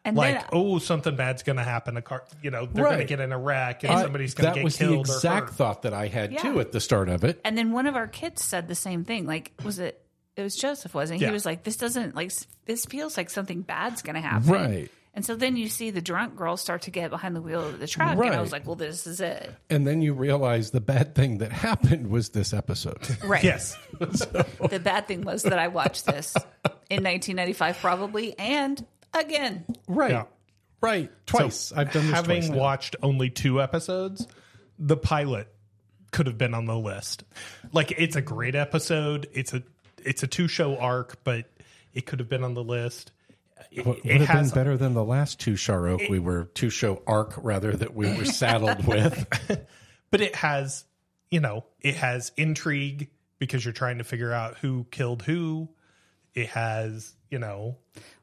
C: and
B: like,
C: then
B: oh, something bad's going to happen. A car, you know, they're going
A: Right.
B: to get in a wreck and
A: I-
B: somebody's going
A: that
B: to get
A: was the
B: killed
A: exact
B: or hurt.
A: thought that I had too
C: Yeah.
A: at the start of it.
C: and then one of our kids said the same thing like was it it was joseph wasn't it?
B: Yeah.
C: he was like this doesn't like s- this feels like something bad's gonna happen
A: Right.
C: and so then you see the drunk girl start to get behind the wheel of the truck and i
A: Right.
C: was like well this is it
A: And then you realize the bad thing that happened was this episode.
C: right
B: Yes.
C: the bad thing was that i watched this in 1995 probably and again
A: Right.
B: Yeah.
A: Right. Twice. I've done this
B: Having
A: twice now.
B: watched only two episodes, the pilot could have been on the list. Like it's a great episode. It's a it's a two show arc, but it could have been on the list. It,
A: Would
B: it
A: have
B: has
A: been better than the last two Sharok we were two show arc rather that we were saddled with.
B: but it has you know it has intrigue because you're trying to figure out who killed who it has you know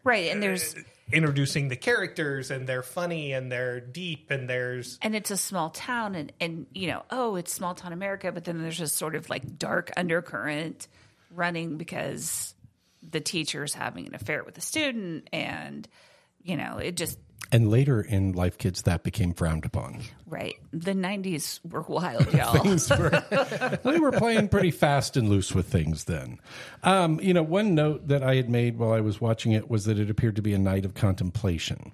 C: Right, and there's
B: introducing the characters and they're funny and they're deep and there's
C: and it's a small town and and you know, oh, it's small town America, but then there's this sort of like dark undercurrent running because the teacher's having an affair with a student and you know, it just
A: And later in life, kids, that became frowned upon.
C: Right. The 90s were wild, y'all.
A: things were- we were playing pretty fast and loose with things then. Um, you know, one note that I had made while I was watching it was that it appeared to be a night of contemplation,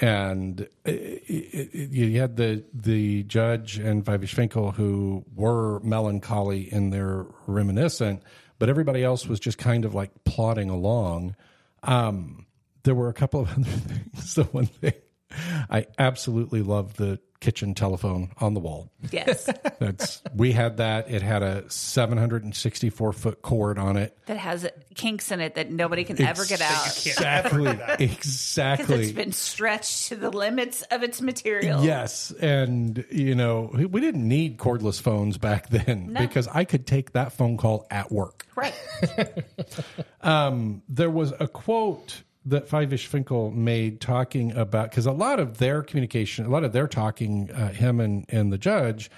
A: and uh, i i i you had the the judge and Vivishvinkel who were melancholy in their reminiscent, but everybody else was just kind of like plodding along. Um, there were a couple of other things. The one thing I absolutely love the kitchen telephone on the wall.
C: yes.
A: That's we had that. It had a 764 foot cord on it.
C: That has kinks in it that nobody can ever get out.
A: Exactly,
C: Because it's
A: exactly.
C: been stretched to the limits of its material.
A: Yes, and you know we didn't need cordless phones back then because I could take that phone call at work.
C: Right.
A: there was a quote that Fivish Finkel made talking about because a lot of their communication, a lot of their talking, uh, him and and the judge,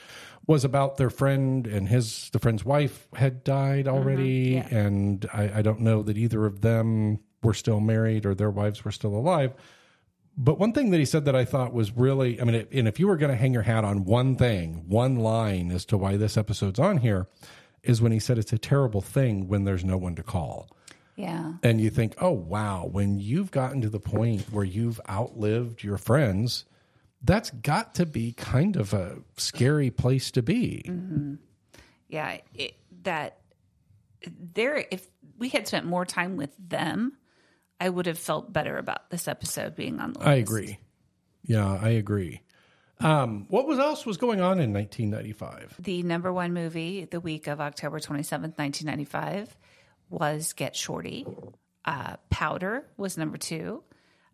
A: was about their friend and his the friend's wife had died already, and I, I don't know that either of them were still married or their wives were still alive. But one thing that he said that I thought was really, I mean, it, and if you were going to hang your hat on one thing, one line as to why this episode's on here, is when he said it's a terrible thing when there's no one to call
C: Yeah.
A: and you think, oh, wow, when you've gotten to the point where you've outlived your friends, that's got to be kind of a scary place to be.
C: Yeah. It, that there, if we had spent more time with them, I would have felt better about this episode being on the list.
A: I agree. Yeah, I agree. Um, what was else was going on in 1995?
C: The number one movie the week of October 27th, 1995 was Get Shorty. Uh, Powder was number two.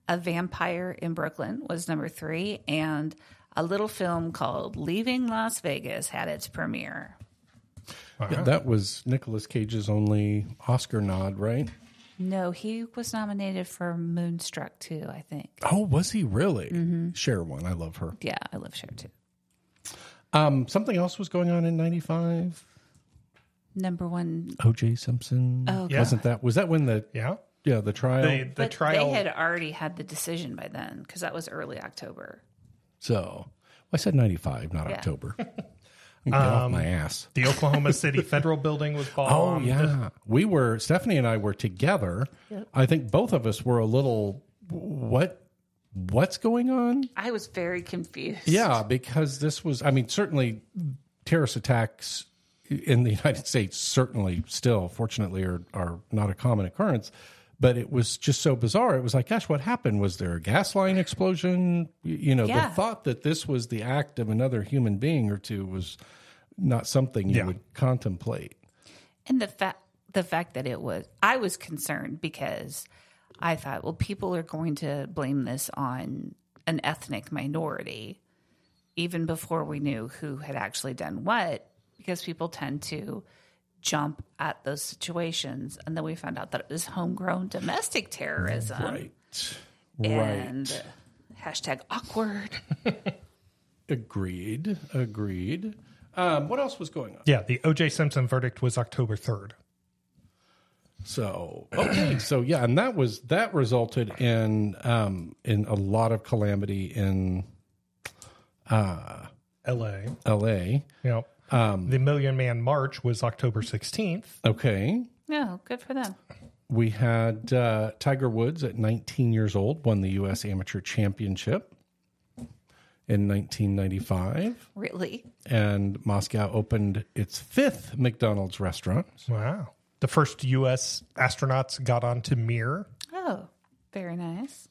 C: A Vampire in Brooklyn was number three. And a little film called Leaving Las Vegas had its premiere.
A: That was Nicolas Cage's only Oscar nod, right?
C: No, he was nominated for Moonstruck too, I think.
A: Oh, was he really? Share one. I love her.
C: Yeah, I love Cher too.
A: Um, something else was going on in 95.
C: Number one.
A: OJ Simpson.
C: Oh,
B: Yeah.
A: Wasn't that? Was that when the
B: Yeah.
A: yeah, the trial?
B: The, the
C: but
B: trial.
C: they had already had the decision by then because that was early October.
A: So well, I said 95, not October. Get off my ass.
B: the Oklahoma City Federal Building was
A: Um, Oh,
B: bombed.
A: yeah. We were, Stephanie and I were together. I think both of us were a little, what? What's going on?
C: I was very confused.
A: Yeah, because this was, I mean, certainly terrorist attacks in the United States, certainly still, fortunately, are, are not a common occurrence. But it was just so bizarre. It was like, gosh, what happened? Was there a gas line explosion? You, you know,
C: Yeah.
A: the thought that this was the act of another human being or two was not something you
B: Yeah.
A: would contemplate.
C: And the fact the fact that it was I was concerned because I thought, well, people are going to blame this on an ethnic minority even before we knew who had actually done what because people tend to jump at those situations and then we found out that it was homegrown domestic terrorism
A: Right.
C: and
A: Right.
C: hashtag awkward
A: Agreed. Agreed. Um, what else was going on?
B: Yeah. The OJ Simpson verdict was October 3rd.
A: So okay, so yeah, and that was that resulted in um in a lot of calamity in
B: LA.
A: L.A.
B: Yep.
A: Um,
B: the Million Man March was October 16th.
A: Okay,
C: no Oh, good for them
A: we had uh, Tiger Woods at 19 years old won the U.S. Amateur Championship in 1995,
C: really
A: and Moscow opened its fifth McDonald's restaurant.
B: Wow. The first U.S. astronauts got onto Mir,
C: oh very nice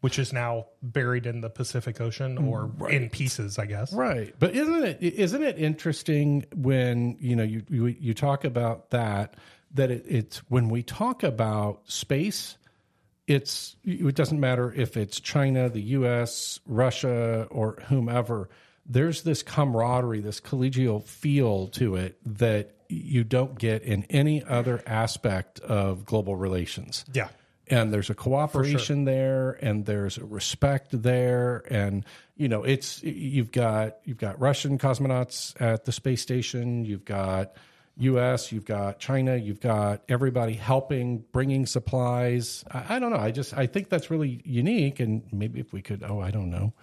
B: which is now buried in the Pacific Ocean or in pieces, I guess.
A: Mm, Right. But isn't it isn't it interesting when you know you you, you talk about that that it, it's when we talk about space, it's it doesn't matter if it's China, the U.S., Russia, or whomever. There's this camaraderie, this collegial feel to it that you don't get in any other aspect of global relations
B: Yeah.
A: and there's a cooperation there and there's a respect there and you know it's you've got you've got russian cosmonauts at the space station you've got U.S., you've got China, you've got everybody helping, bringing supplies. I, I don't know. I just I think that's really unique, and maybe if we could, oh, I don't know,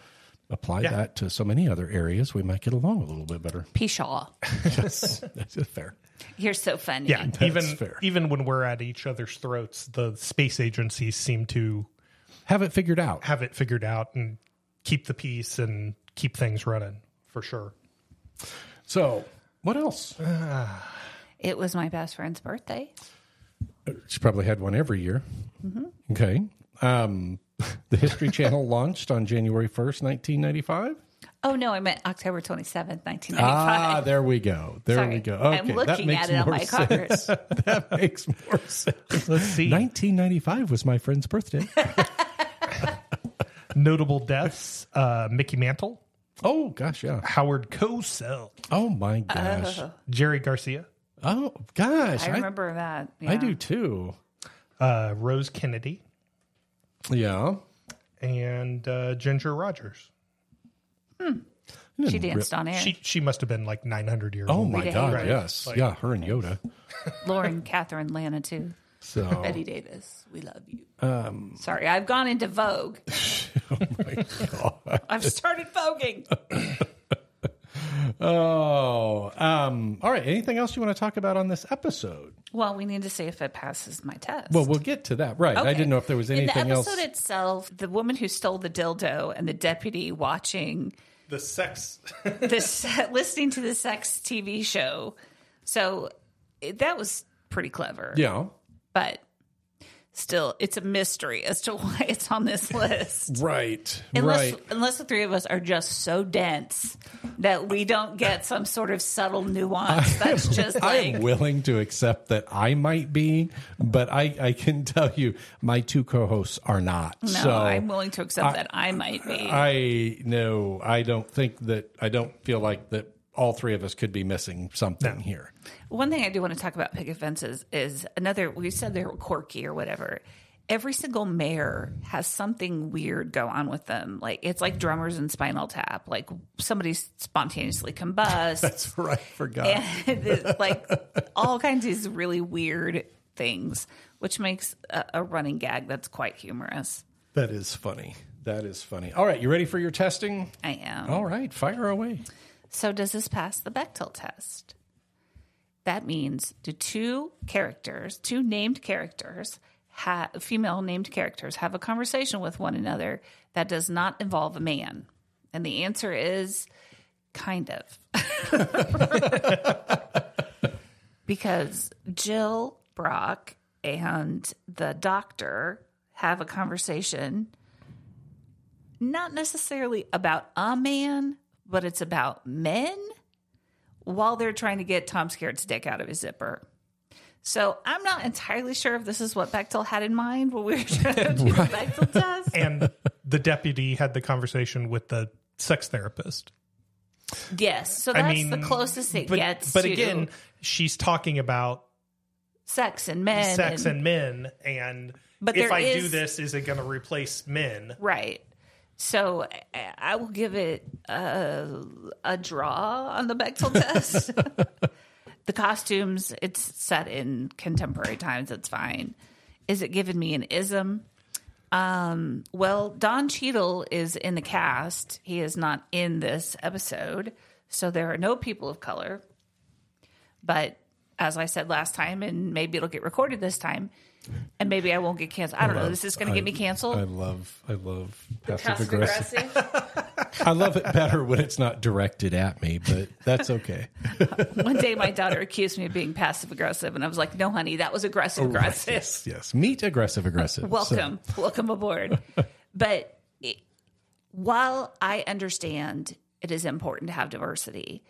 A: apply that to so many other areas, we might get along a little bit better.
C: Pishaw.
A: yes, that's fair.
C: You're so funny.
B: Yeah, even
A: fair.
B: even when we're at each other's throats, the space agencies seem to
A: Have it figured out.
B: have it figured out and keep the peace and keep things running for sure.
A: So, what else?
C: It was my best friend's birthday.
A: She probably had one every year.
C: Mm-hmm.
A: Okay. Um, the History Channel launched on January 1st, 1995.
C: Oh, no, I meant October 27th, 1995.
A: Ah, there we go. There
C: Sorry.
A: we go. Okay,
C: I'm
A: that
C: looking
A: makes
C: at it on
A: more
C: my
A: sense.
C: Congress.
A: that makes more sense.
B: Let's see
A: 1995 was my friend's birthday.
B: notable deaths: uh, Mickey Mantle,
A: oh, gosh, yeah.
B: Howard Cosell,
A: Oh, my gosh.
C: Oh,
B: Jerry Garcia,
A: Oh, gosh.
C: I
A: I,
C: remember that.
A: I
C: yeah.
A: do too.
B: uh, Rose Kennedy,
A: Yeah.
B: and uh, Ginger Rogers.
C: She danced on air.
B: She she must have been like 900 years
A: Oh,
B: old.
A: my
C: Rita
A: God.
C: Hayworth.
A: Yes.
B: Like-
A: yeah, her and Yoda.
C: Lauren, Catherine, Lana, too.
A: So,
C: Betty Davis, we love you. Um, Sorry, I've gone into Vogue. I've started voguing.
A: oh, um, all right. Anything else you want to talk about on this episode?
C: Well, we need to see if it passes my test.
A: Well, we'll get to that. Right. I
C: Okay.
A: didn't know if there was anything
C: In the episode
A: else.
C: itself, the woman who stole the dildo and the deputy watching
B: The sex.
C: this, listening to the sex TV show. So it, that was pretty clever.
A: yeah.
C: But still, it's a mystery as to why it's on this list.
A: Right.
C: Unless,
A: right.
C: unless the three of us are just so dense that we don't get some sort of subtle nuance. That's just
A: I am
C: like
A: willing to accept that I might be, but I, I can tell you my two co-hosts are not.
C: no.
A: so
C: I'm willing to accept that I might be.
A: I no, I don't think that I don't feel like that all three of us could be missing something here.
C: One thing I do want to talk about picket fences is another. We said they were quirky or whatever. Every single mayor has something weird go on with them. Like it's like drummers in Spinal Tap. Like somebody spontaneously combusts.
A: That's right, forgot.
C: and it's like all kinds of these really weird things, which makes a, a running gag that's quite humorous.
A: That is funny. That is funny. All right, you ready for your testing?
C: I am.
A: All right, fire away.
C: So, does this pass the Bechtel test? That means do two characters, two named characters, ha- female named characters, have a conversation with one another that does not involve a man? And the answer is kind of. because Jill Brock and the doctor have a conversation not necessarily about a man, but it's about men while they're trying to get Tom Skerritt's dick out of his zipper. So I'm not entirely sure if this is what Bechtel had in mind when we were trying to do the Bechtel test.
B: and the deputy had the conversation with the sex therapist.
C: Yes, so that's the
B: mean,
C: closest it
B: But,
C: gets.
B: but
C: to
B: again, she's talking about
C: sex and men,
B: sex and men, and
C: But
B: if
C: there
B: I do
C: is-
B: this, is it going to replace men?
C: right. So I- I will give it a, a draw on the Bechtel test. the costumes, it's set in contemporary times. It's fine. Is it giving me an ism? Um, well, Don Cheadle is in the cast. He is not in this episode, so there are no people of color. But as I said last time, and maybe it'll get recorded this time, and maybe I won't get canceled. I don't know. This is going to get me
A: I
C: canceled.
A: love I love passive
C: Passive
A: aggressive.
C: aggressive.
A: I love it better when it's not directed at me, but that's okay.
C: One day, my daughter accused me of being passive aggressive, and I was like, "No, honey, that was aggressive aggressive."
A: yes. Meet aggressive aggressive.
C: welcome welcome aboard but it, while i understand it is important to have diversity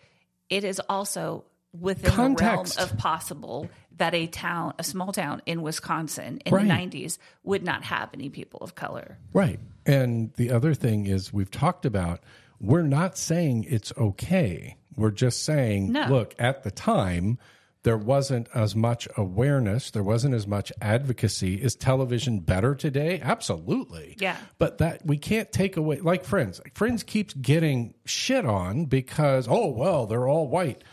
C: it is also within
A: Context.
C: the realm of possible that a town a small town in wisconsin in
A: Right.
C: the 90s would not have any people of color
A: Right. And the other thing is we've talked about we're not saying it's okay. We're just saying,
C: No.
A: look, at the time there wasn't as much awareness, there wasn't as much advocacy. Is television better today? Absolutely.
C: Yeah.
A: But that we can't take away like Friends. Friends keeps getting shit on because oh well, they're all white.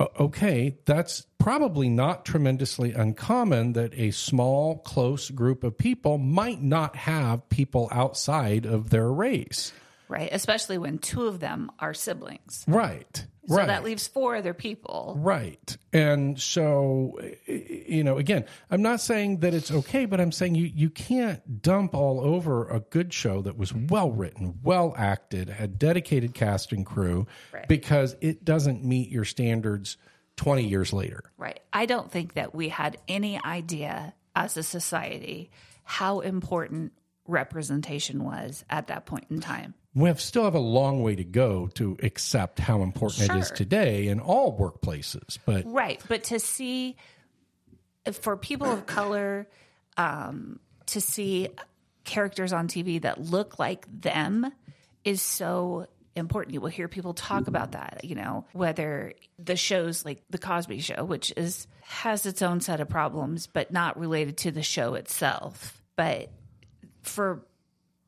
A: o- okay, that's probably not tremendously uncommon that a small, close group of people might not have people outside of their race.
C: right? Especially when two of them are siblings.
A: Right.
C: So
A: right.
C: that leaves four other people.
A: Right. And so, y- y- you know, again, I'm not saying that it's okay, but I'm saying you, you can't dump all over a good show that
C: Mm-hmm.
A: was well written, well acted, had dedicated cast and crew because it doesn't meet your standards 20 years later.
C: Right. I don't think that we had any idea as a society how important representation was at that point in time.
A: We have, still have a long way to go to accept how important it is
C: Sure.
A: today in all workplaces. But
C: Right. But to see for people of color, um, to see characters on TV that look like them is so important. You will hear people talk about that, you know, whether the shows like The Cosby Show, which is has its own set of problems, but not related to the show itself. But for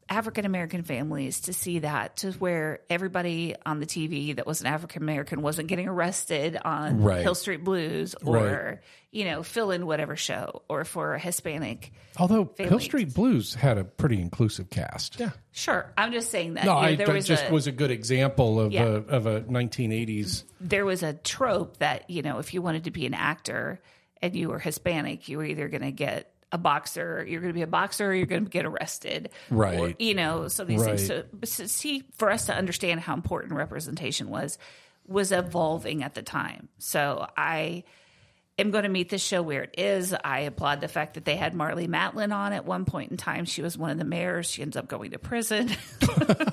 C: African American families to see that to where everybody on the TV that was an African American wasn't getting arrested on
A: Right.
C: Hill Street Blues or you know fill in whatever show or for Hispanic.
A: although Hill
C: Families.
A: Street Blues had a pretty inclusive cast. Yeah.
C: Sure, I'm just saying that
A: No,
C: you know,
A: I
C: there
A: that
C: was
A: just
C: a
A: was a good example of
C: Yeah.
A: a of a 1980s.
C: there was a trope that you know if you wanted to be an actor and you were Hispanic, you were either going to get a boxer, you're going to be a boxer, or you're going to get arrested,
A: Right.
C: Or, you know, so these things. So,
A: Right.
C: so see, for us to understand how important representation was, was evolving at the time. So I am going to meet this show where it is. I applaud the fact that they had Marley Matlin on at one point in time. She was one of the mayors. She ends up going to prison.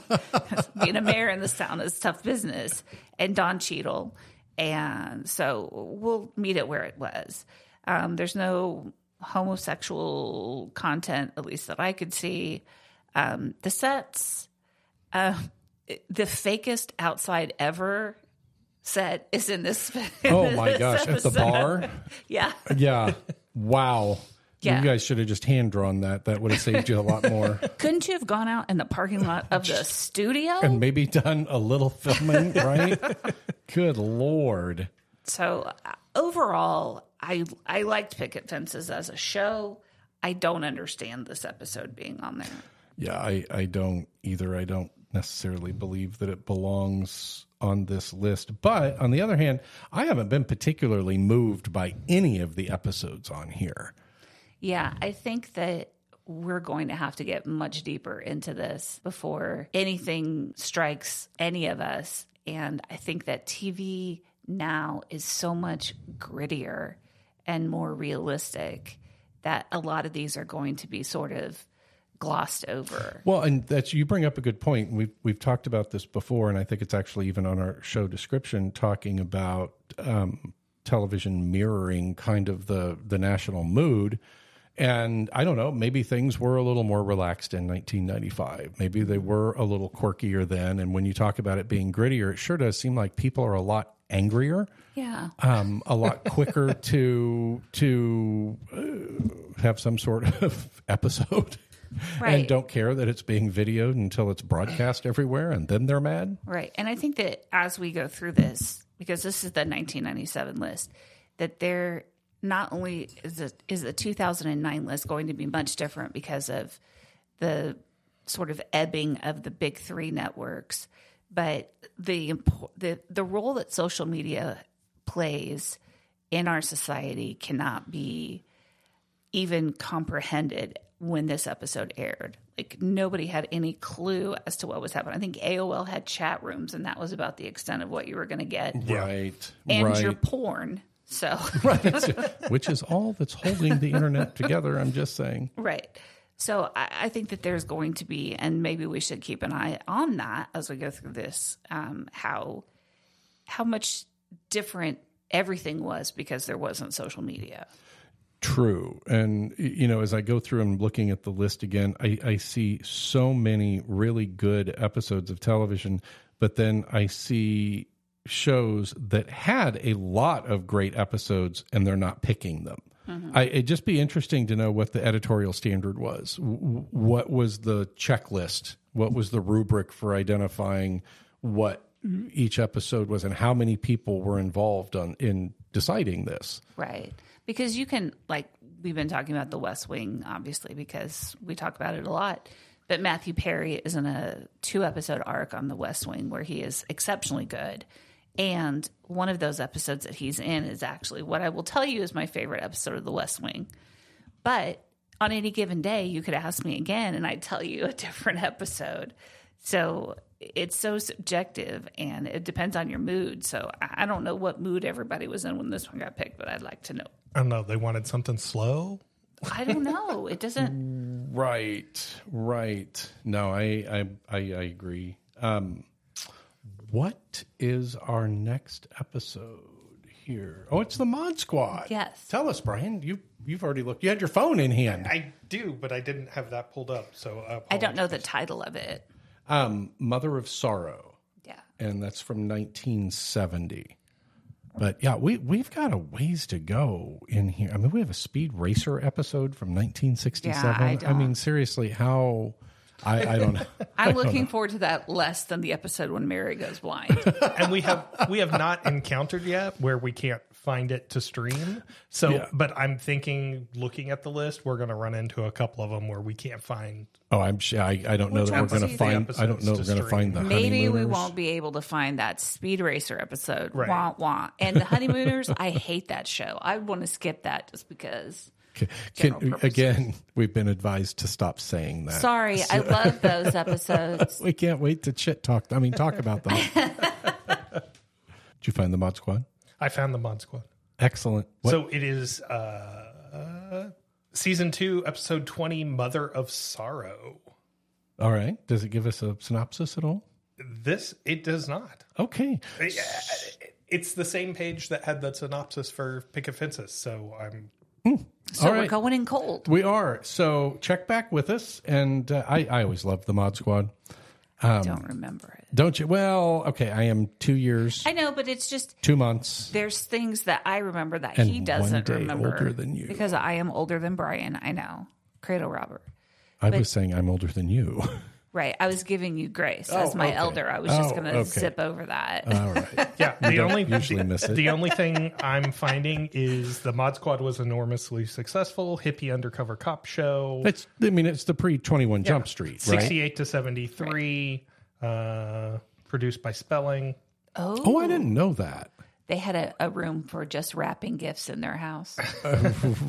C: Being a mayor in this town is tough business. And Don Cheadle. And so we'll meet it where it was. Um, there's no homosexual content, at least that I could see. Um, the sets, uh, the fakest outside ever set is in this.
A: Oh my gosh, at the bar?
C: Yeah.
A: Yeah. Wow.
C: Yeah.
A: You guys should have just hand drawn that. That would have saved you a lot more.
C: Couldn't you have gone out in the parking lot of the studio?
A: and maybe done a little filming, right? Good lord.
C: So uh, overall, I I liked Picket Fences as a show. I don't understand this episode being on there.
A: Yeah, I, I don't either. I don't necessarily believe that it belongs on this list. But on the other hand, I haven't been particularly moved by any of the episodes on here.
C: Yeah, I think that we're going to have to get much deeper into this before anything strikes any of us. And I think that TV now is so much grittier and more realistic that a lot of these are going to be sort of glossed over.
A: Well, and that's you bring up a good point. We've we've talked about this before, and I think it's actually even on our show description talking about um, television mirroring kind of the the national mood. And I don't know, maybe things were a little more relaxed in 1995. Maybe they were a little quirkier then. And when you talk about it being grittier, it sure does seem like people are a lot angrier
C: Yeah.
A: um, a lot quicker to to uh, have some sort of episode, and
C: Right.
A: don't care that it's being videoed until it's broadcast everywhere, and then they're mad.
C: Right. And I think that as we go through this, because this is the 1997 list, that there not only is the, is the 2009 list going to be much different because of the sort of ebbing of the big three networks, but the impo- the the role that social media plays in our society cannot be even comprehended when this episode aired. Like nobody had any clue as to what was happening. I think AOL had chat rooms, and that was about the extent of what you were going to get,
A: Right,
C: and
A: right,
C: your porn. So
A: which is all that's holding the internet together. I'm just saying.
C: Right. So I, I think that there's going to be, and maybe we should keep an eye on that as we go through this. Um, how how much different everything was because there wasn't social media.
A: True. And, y- you know, as I go through and looking at the list again, I, I see so many really good episodes of television, but then I see shows that had a lot of great episodes and they're not picking them. I, it'd just be interesting to know what the editorial standard was. W- w- What was the checklist? What was the rubric for identifying what each episode was and how many people were involved on in deciding this.
C: Right. Because you can, like, we've been talking about the West Wing, obviously, because we talk about it a lot. But Matthew Perry is in a two episode arc on the West Wing where he is exceptionally good. And one of those episodes that he's in is actually what I will tell you is my favorite episode of the West Wing. But on any given day, you could ask me again and I'd tell you a different episode. So it's so subjective and it depends on your mood. So I I don't know what mood everybody was in when this one got picked, but I'd like to know.
B: I don't know. They wanted something slow.
C: I don't know. It doesn't.
A: Right, right. No, I I I, I agree. Um, what is our next episode here? Oh, it's the Mod Squad.
C: Yes.
A: Tell us, Brian. You you've already looked. You had your phone in hand.
B: I do, but I didn't have that pulled up. So uh,
C: I don't know the title of it.
A: Um, Mother of Sorrow,
C: Yeah.
A: and that's from 1970. But yeah, we we've got a ways to go in here. I mean, we have a Speed Racer episode from 1967.
C: Yeah, I
A: mean,
C: don't-
A: seriously, how? I, I don't know.
C: I'm looking forward to that less than the episode when Mary goes blind.
B: and we have we have not encountered yet where we can't find it to stream. So,
A: Yeah.
B: but I'm thinking, looking at the list, we're going to run into a couple of them where we can't find.
A: Oh, I'm sure. I, I don't know
C: Which
A: that we're going
C: episodes
A: to
C: do
A: find.
B: they
A: I don't know we're
B: episodes
A: going to
B: to
A: find the
C: Maybe we
A: honeymooners.
C: won't be able to find that Speed Racer episode.
B: Right.
C: Wah, wah. And the Honeymooners, I hate that show. I want to skip that just because.
A: Can- can-
C: General purposes.
A: again, we've been advised to stop saying that.
C: Sorry, I love those episodes.
A: We can't wait to chit talk. I mean, talk about them. Did you find the mod squad?
B: I found the Mod Squad.
A: Excellent. What?
B: So it is uh, season two, episode twenty, Mother of Sorrow.
A: all right. Does it give us a synopsis at all?
B: This it does not.
A: Okay.
B: It's the same page that had the synopsis for Picafensis. So I'm
C: So
A: All
C: we're
A: right.
C: going in cold.
A: We are. So check back with us. And uh, I, I always love the mod squad. Um,
C: I don't remember it.
A: Don't you? Well, okay. I am two years,
C: I know, but it's just
A: two months.
C: there's things that I remember that
A: And
C: he doesn't
A: one day
C: remember.
A: older than you.
C: Because I am older than Brian. I know. Cradle robber.
A: I was saying I'm older than you.
C: Right. I was giving you grace as my
A: okay.
C: elder. I was just
A: Oh,
C: going to
A: okay.
C: zip over that.
A: all right.
B: Yeah, the
A: don't
B: only
A: usually
B: the,
A: miss it.
B: the only thing I'm finding is the Mod Squad was enormously successful. Hippie undercover cop show,
A: It's, I mean, it's the pre 21 Jump Street, right?
B: sixty-eight to seventy-three, uh, produced by Spelling.
C: oh,
A: Oh, I didn't know that.
C: they had a, a room for just wrapping gifts in their house.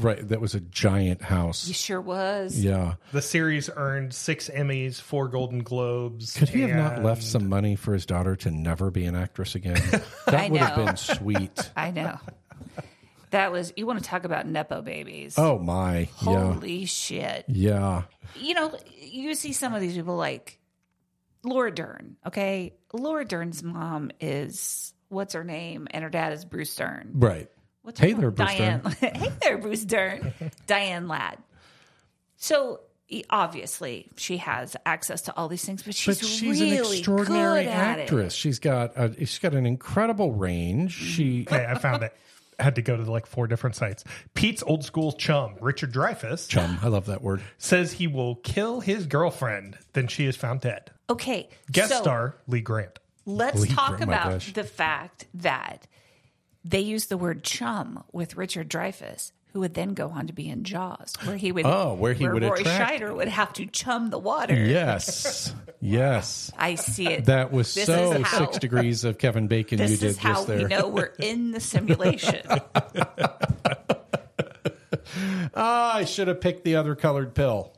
A: right. That was a giant
C: He
A: house.
C: sure was.
A: Yeah.
B: The series earned six Emmys, four Golden Globes.
A: Could he have not
B: and-
A: left some money for his daughter to never be an actress again?
C: I
A: That would have
C: know.
A: been sweet.
C: I know. That was, you want to talk about Nepo babies.
A: Oh, my. Yeah.
C: Holy shit.
A: Yeah.
C: you know, you see some of these people like Laura Dern, okay? Laura Dern's mom is what's her name? And her dad is Bruce Dern.
A: Right.
C: What's
A: Hey there, Bruce
C: Diane. hey there, Bruce Dern. Diane Ladd. So e- obviously she has access to all these things, but she's,
A: But she's
C: really
A: an extraordinary
C: good at it.
A: actress. She's got a, she's got an incredible range. She
C: Mm-hmm.
B: Okay, I found it. I had to go to like four different sites. Pete's old school chum, Richard Dreyfuss,
A: chum. I love that word.
B: says he will kill his girlfriend, then she is found dead.
C: Okay.
B: Guest
C: so-
B: star Lee Grant.
C: Let's
A: Bleep,
C: talk
A: oh my
C: about
A: gosh.
C: the fact that they used the word chum with Richard Dreyfuss, who would then go on to be in Jaws, where he would
A: Oh, where he would
C: Roy
A: attract-
C: Scheider would have to chum the water.
A: Yes. Yes.
C: I see it.
A: That was
C: This
A: so
C: is how-
A: six degrees of Kevin Bacon you
C: this
A: did
C: is how
A: just there.
C: we know we're in the simulation.
A: Ah, I should have picked the other colored pill.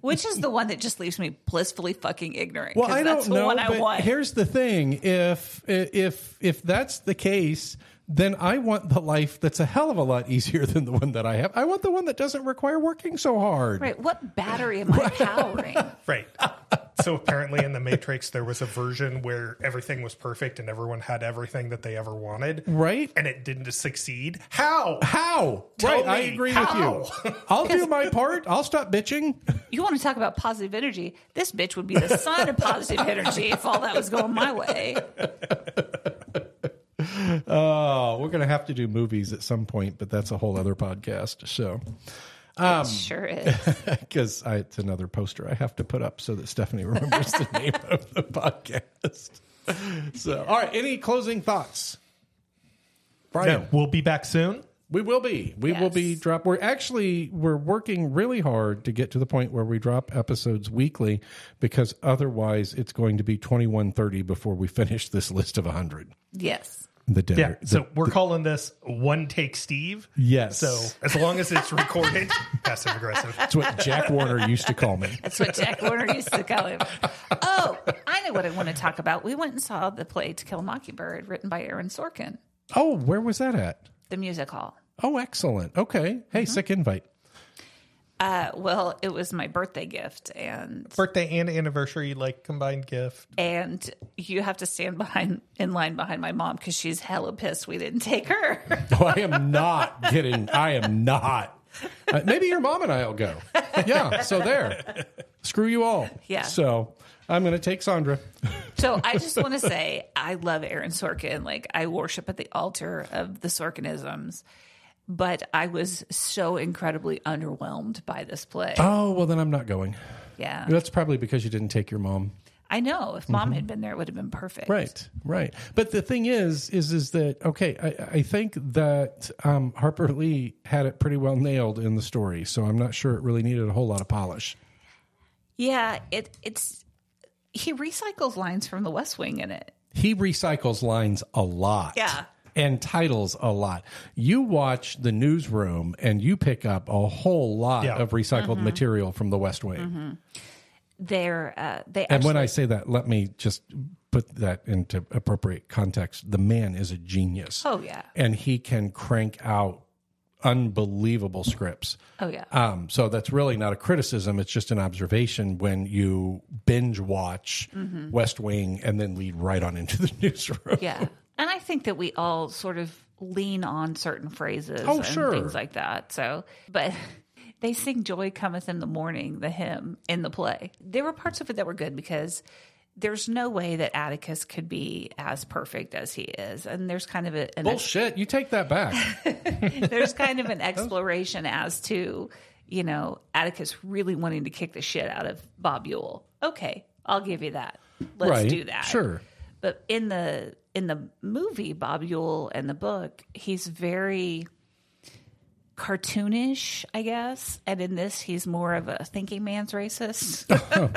C: Which is the one that just leaves me blissfully fucking ignorant.
A: Well,
C: 'cause
A: I
C: that's
A: don't
C: the
A: know.
C: one I
A: but
C: want.
A: here's the thing: if if if that's the case, then I want the life that's a hell of a lot easier than the one that I have. I want the one that doesn't require working so hard.
C: Right. What battery am I powering?
B: Right. so apparently in the Matrix there was a version where everything was perfect and everyone had everything that they ever wanted.
A: Right?
B: And it didn't succeed. How?
A: How?
B: Tell
A: right, I
B: me,
A: agree
B: how?
A: with you. I'll do my part. I'll stop bitching.
C: You want to talk about positive energy? This bitch would be the sun of positive energy if all that was going my way.
A: Oh, we're going to have to do movies at some point, but that's a whole other podcast. So,
C: Sure is.
A: because it's another poster I have to put up so that Stephanie remembers the name of the podcast. So, all right. Any closing thoughts? Brian,
B: Yeah, we'll be back soon.
A: we will be. We will be
C: Yes.
A: drop. We're actually we're working really hard to get to the point where we drop episodes weekly, because otherwise it's going to be twenty one thirty before we finish this list of hundred.
C: Yes.
A: The dinner.
B: Yeah. So we're calling this one take Steve.
A: Yes.
B: So as long as it's recorded, passive aggressive.
A: That's what Jack Warner used to call me.
C: That's what Jack Warner used to call him. Oh, I know what I want to talk about. We went and saw the play To Kill a Mockingbird, written by Aaron Sorkin,
A: Oh, where was that at?
C: the music hall.
A: Oh, excellent. Okay. Hey, sick invite.
C: Uh, well, it was my birthday gift, and
B: Birthday and anniversary, like combined gift.
C: and you have to stand behind in line behind my mom because she's hella pissed we didn't take her.
A: Oh, I am not kidding. I am not. Uh, maybe your mom and I'll go. Yeah. So there. Screw you all.
C: Yeah.
A: So I'm going to take Sandra.
C: so I just want to say I love Aaron Sorkin. Like I worship at the altar of the Sorkinisms, but I was so incredibly underwhelmed by this play.
A: Oh well, then I'm not going.
C: yeah,
A: That's probably because you didn't take your mom.
C: I know. If mom had been there, it would have been perfect.
A: Mm-hmm. Right. Right. But the thing is, is is that okay? I, I think that um, Harper Lee had it pretty well nailed in the story, so I'm not sure it really needed a whole lot of polish.
C: Yeah, it it's he recycles lines from The West Wing in it.
A: he recycles lines a lot.
C: Yeah.
A: And titles a lot. You watch the newsroom and you pick up a whole lot
B: Yeah.
A: of recycled
C: Mm-hmm.
A: material from the West Wing.
C: They're uh, they
A: And
C: actually,
A: when I say that, let me just put that into appropriate context. The man is a genius.
C: oh yeah
A: And he can crank out unbelievable scripts.
C: oh yeah
A: Um, so that's really not a criticism. It's just an observation when you binge watch
C: Mm-hmm.
A: West Wing and then lead right on into the newsroom.
C: yeah, and I think that we all sort of lean on certain phrases
A: Oh,
C: and
A: sure.
C: things like that. So, but. They sing "Joy Cometh in the Morning," the hymn in the play. There were parts of it that were good because there's no way that Atticus could be as perfect as he is, and there's kind of a, an
A: Bullshit. You take that back.
C: there's kind of an exploration as to you know atticus really wanting to kick the shit out of bob yule okay i'll give you that let's
A: Right,
C: do that
A: sure.
C: but in the in the movie bob yule and the book he's very cartoonish i guess and in this he's more of a thinking man's racist
A: Oh,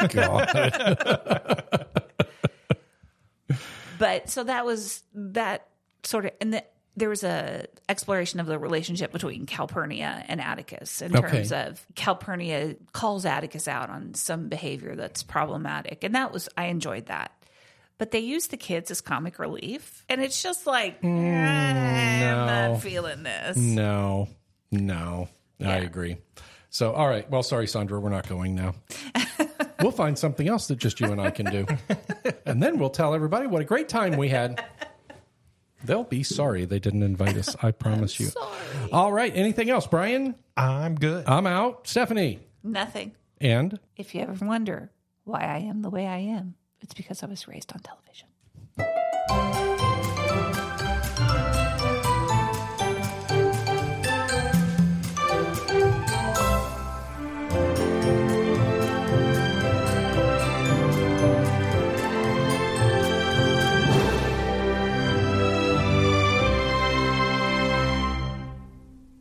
A: God.
C: but so that was that sort of and the, there was a exploration of the relationship between calpurnia and atticus in
A: Okay.
C: terms of calpurnia calls atticus out on some behavior that's problematic and that was i enjoyed that but they use the kids as comic relief and it's just like "Ah, i'm
A: Mm, no.
C: not feeling this
A: No, no, I agree. So, all right. Well, sorry, Sandra, we're not going now. we'll find something else that just you and I can do. and then we'll tell everybody what a great time we had. They'll be sorry they didn't invite us. I promise you. All right. Anything else, Brian?
B: I'm good.
A: I'm out. Stephanie.
C: nothing
A: And
C: if you ever wonder why i am the way i am it's because i was raised on television